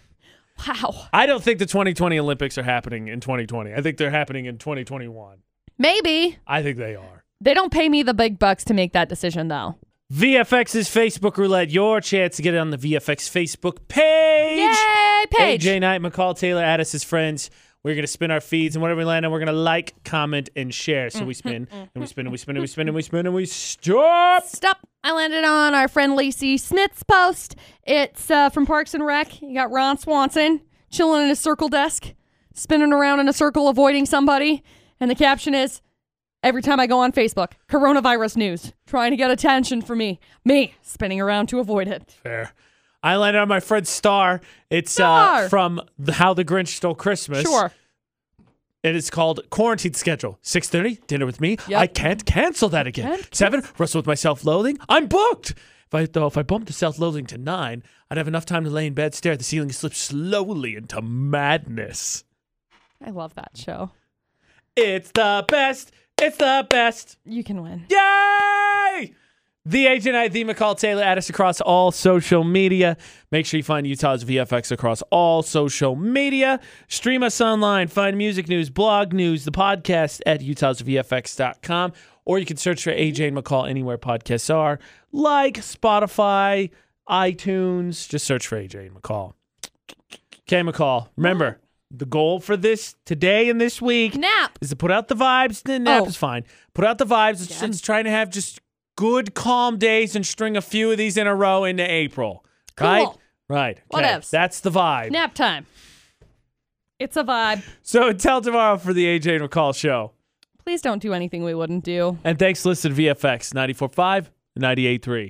[SPEAKER 2] Wow.
[SPEAKER 1] I don't think the 2020 Olympics are happening in 2020. I think they're happening in 2021.
[SPEAKER 2] Maybe
[SPEAKER 1] I think they are.
[SPEAKER 2] they don't pay me the big bucks to make that decision, though.
[SPEAKER 1] VFX's Facebook roulette. Your chance to get it on the VFX Facebook page.
[SPEAKER 2] Yay, Paige.
[SPEAKER 1] AJ Knight, McCall Taylor, Addis, his friends. We're gonna spin our feeds, and whatever we land on, we're gonna like, comment, and share. So we spin, and we spin, and we spin, and we spin, and we spin, and we stop.
[SPEAKER 2] Stop. I landed on our friend Lacey Smith's post. It's uh, from Parks and Rec. You got Ron Swanson chilling in his circle desk, spinning around in a circle, avoiding somebody. And the caption is Every time I go on Facebook, coronavirus news, trying to get attention for me. Me spinning around to avoid it.
[SPEAKER 1] Fair. I landed on my friend Star. It's Uh,
[SPEAKER 2] Star.
[SPEAKER 1] from the How the Grinch Stole Christmas.
[SPEAKER 2] Sure.
[SPEAKER 1] It is called Quarantine Schedule. 6.30, dinner with me.
[SPEAKER 2] Yep.
[SPEAKER 1] I can't cancel that again. 7, wrestle with my self-loathing. I'm booked. If I, though, if I bumped the self-loathing to 9, I'd have enough time to lay in bed, stare at the ceiling, and slip slowly into madness.
[SPEAKER 2] I love that show.
[SPEAKER 1] It's the best. It's the best.
[SPEAKER 2] You can win.
[SPEAKER 1] Yay! The Agent ID, McCall Taylor, at us across all social media. Make sure you find Utah's VFX across all social media. Stream us online. Find music news, blog news, the podcast at utahsvfx.com. Or you can search for AJ and McCall anywhere podcasts are, like Spotify, iTunes. Just search for AJ and McCall. Okay, McCall, remember, the goal for this today and this week
[SPEAKER 2] Nap.
[SPEAKER 1] is to put out the vibes. The nap
[SPEAKER 2] Oh.
[SPEAKER 1] is fine. Put out the vibes. It's, it's trying to have just good, calm days and string a few of these in a row into April. Right?
[SPEAKER 2] Cool.
[SPEAKER 1] Right.
[SPEAKER 2] What
[SPEAKER 1] Okay.
[SPEAKER 2] ifs?
[SPEAKER 1] That's the vibe.
[SPEAKER 2] Nap time. It's a vibe.
[SPEAKER 1] So until tomorrow for the AJ and McCall show.
[SPEAKER 2] Please don't do anything we wouldn't do.
[SPEAKER 1] And thanks, listen, VFX 94.5, 98.3.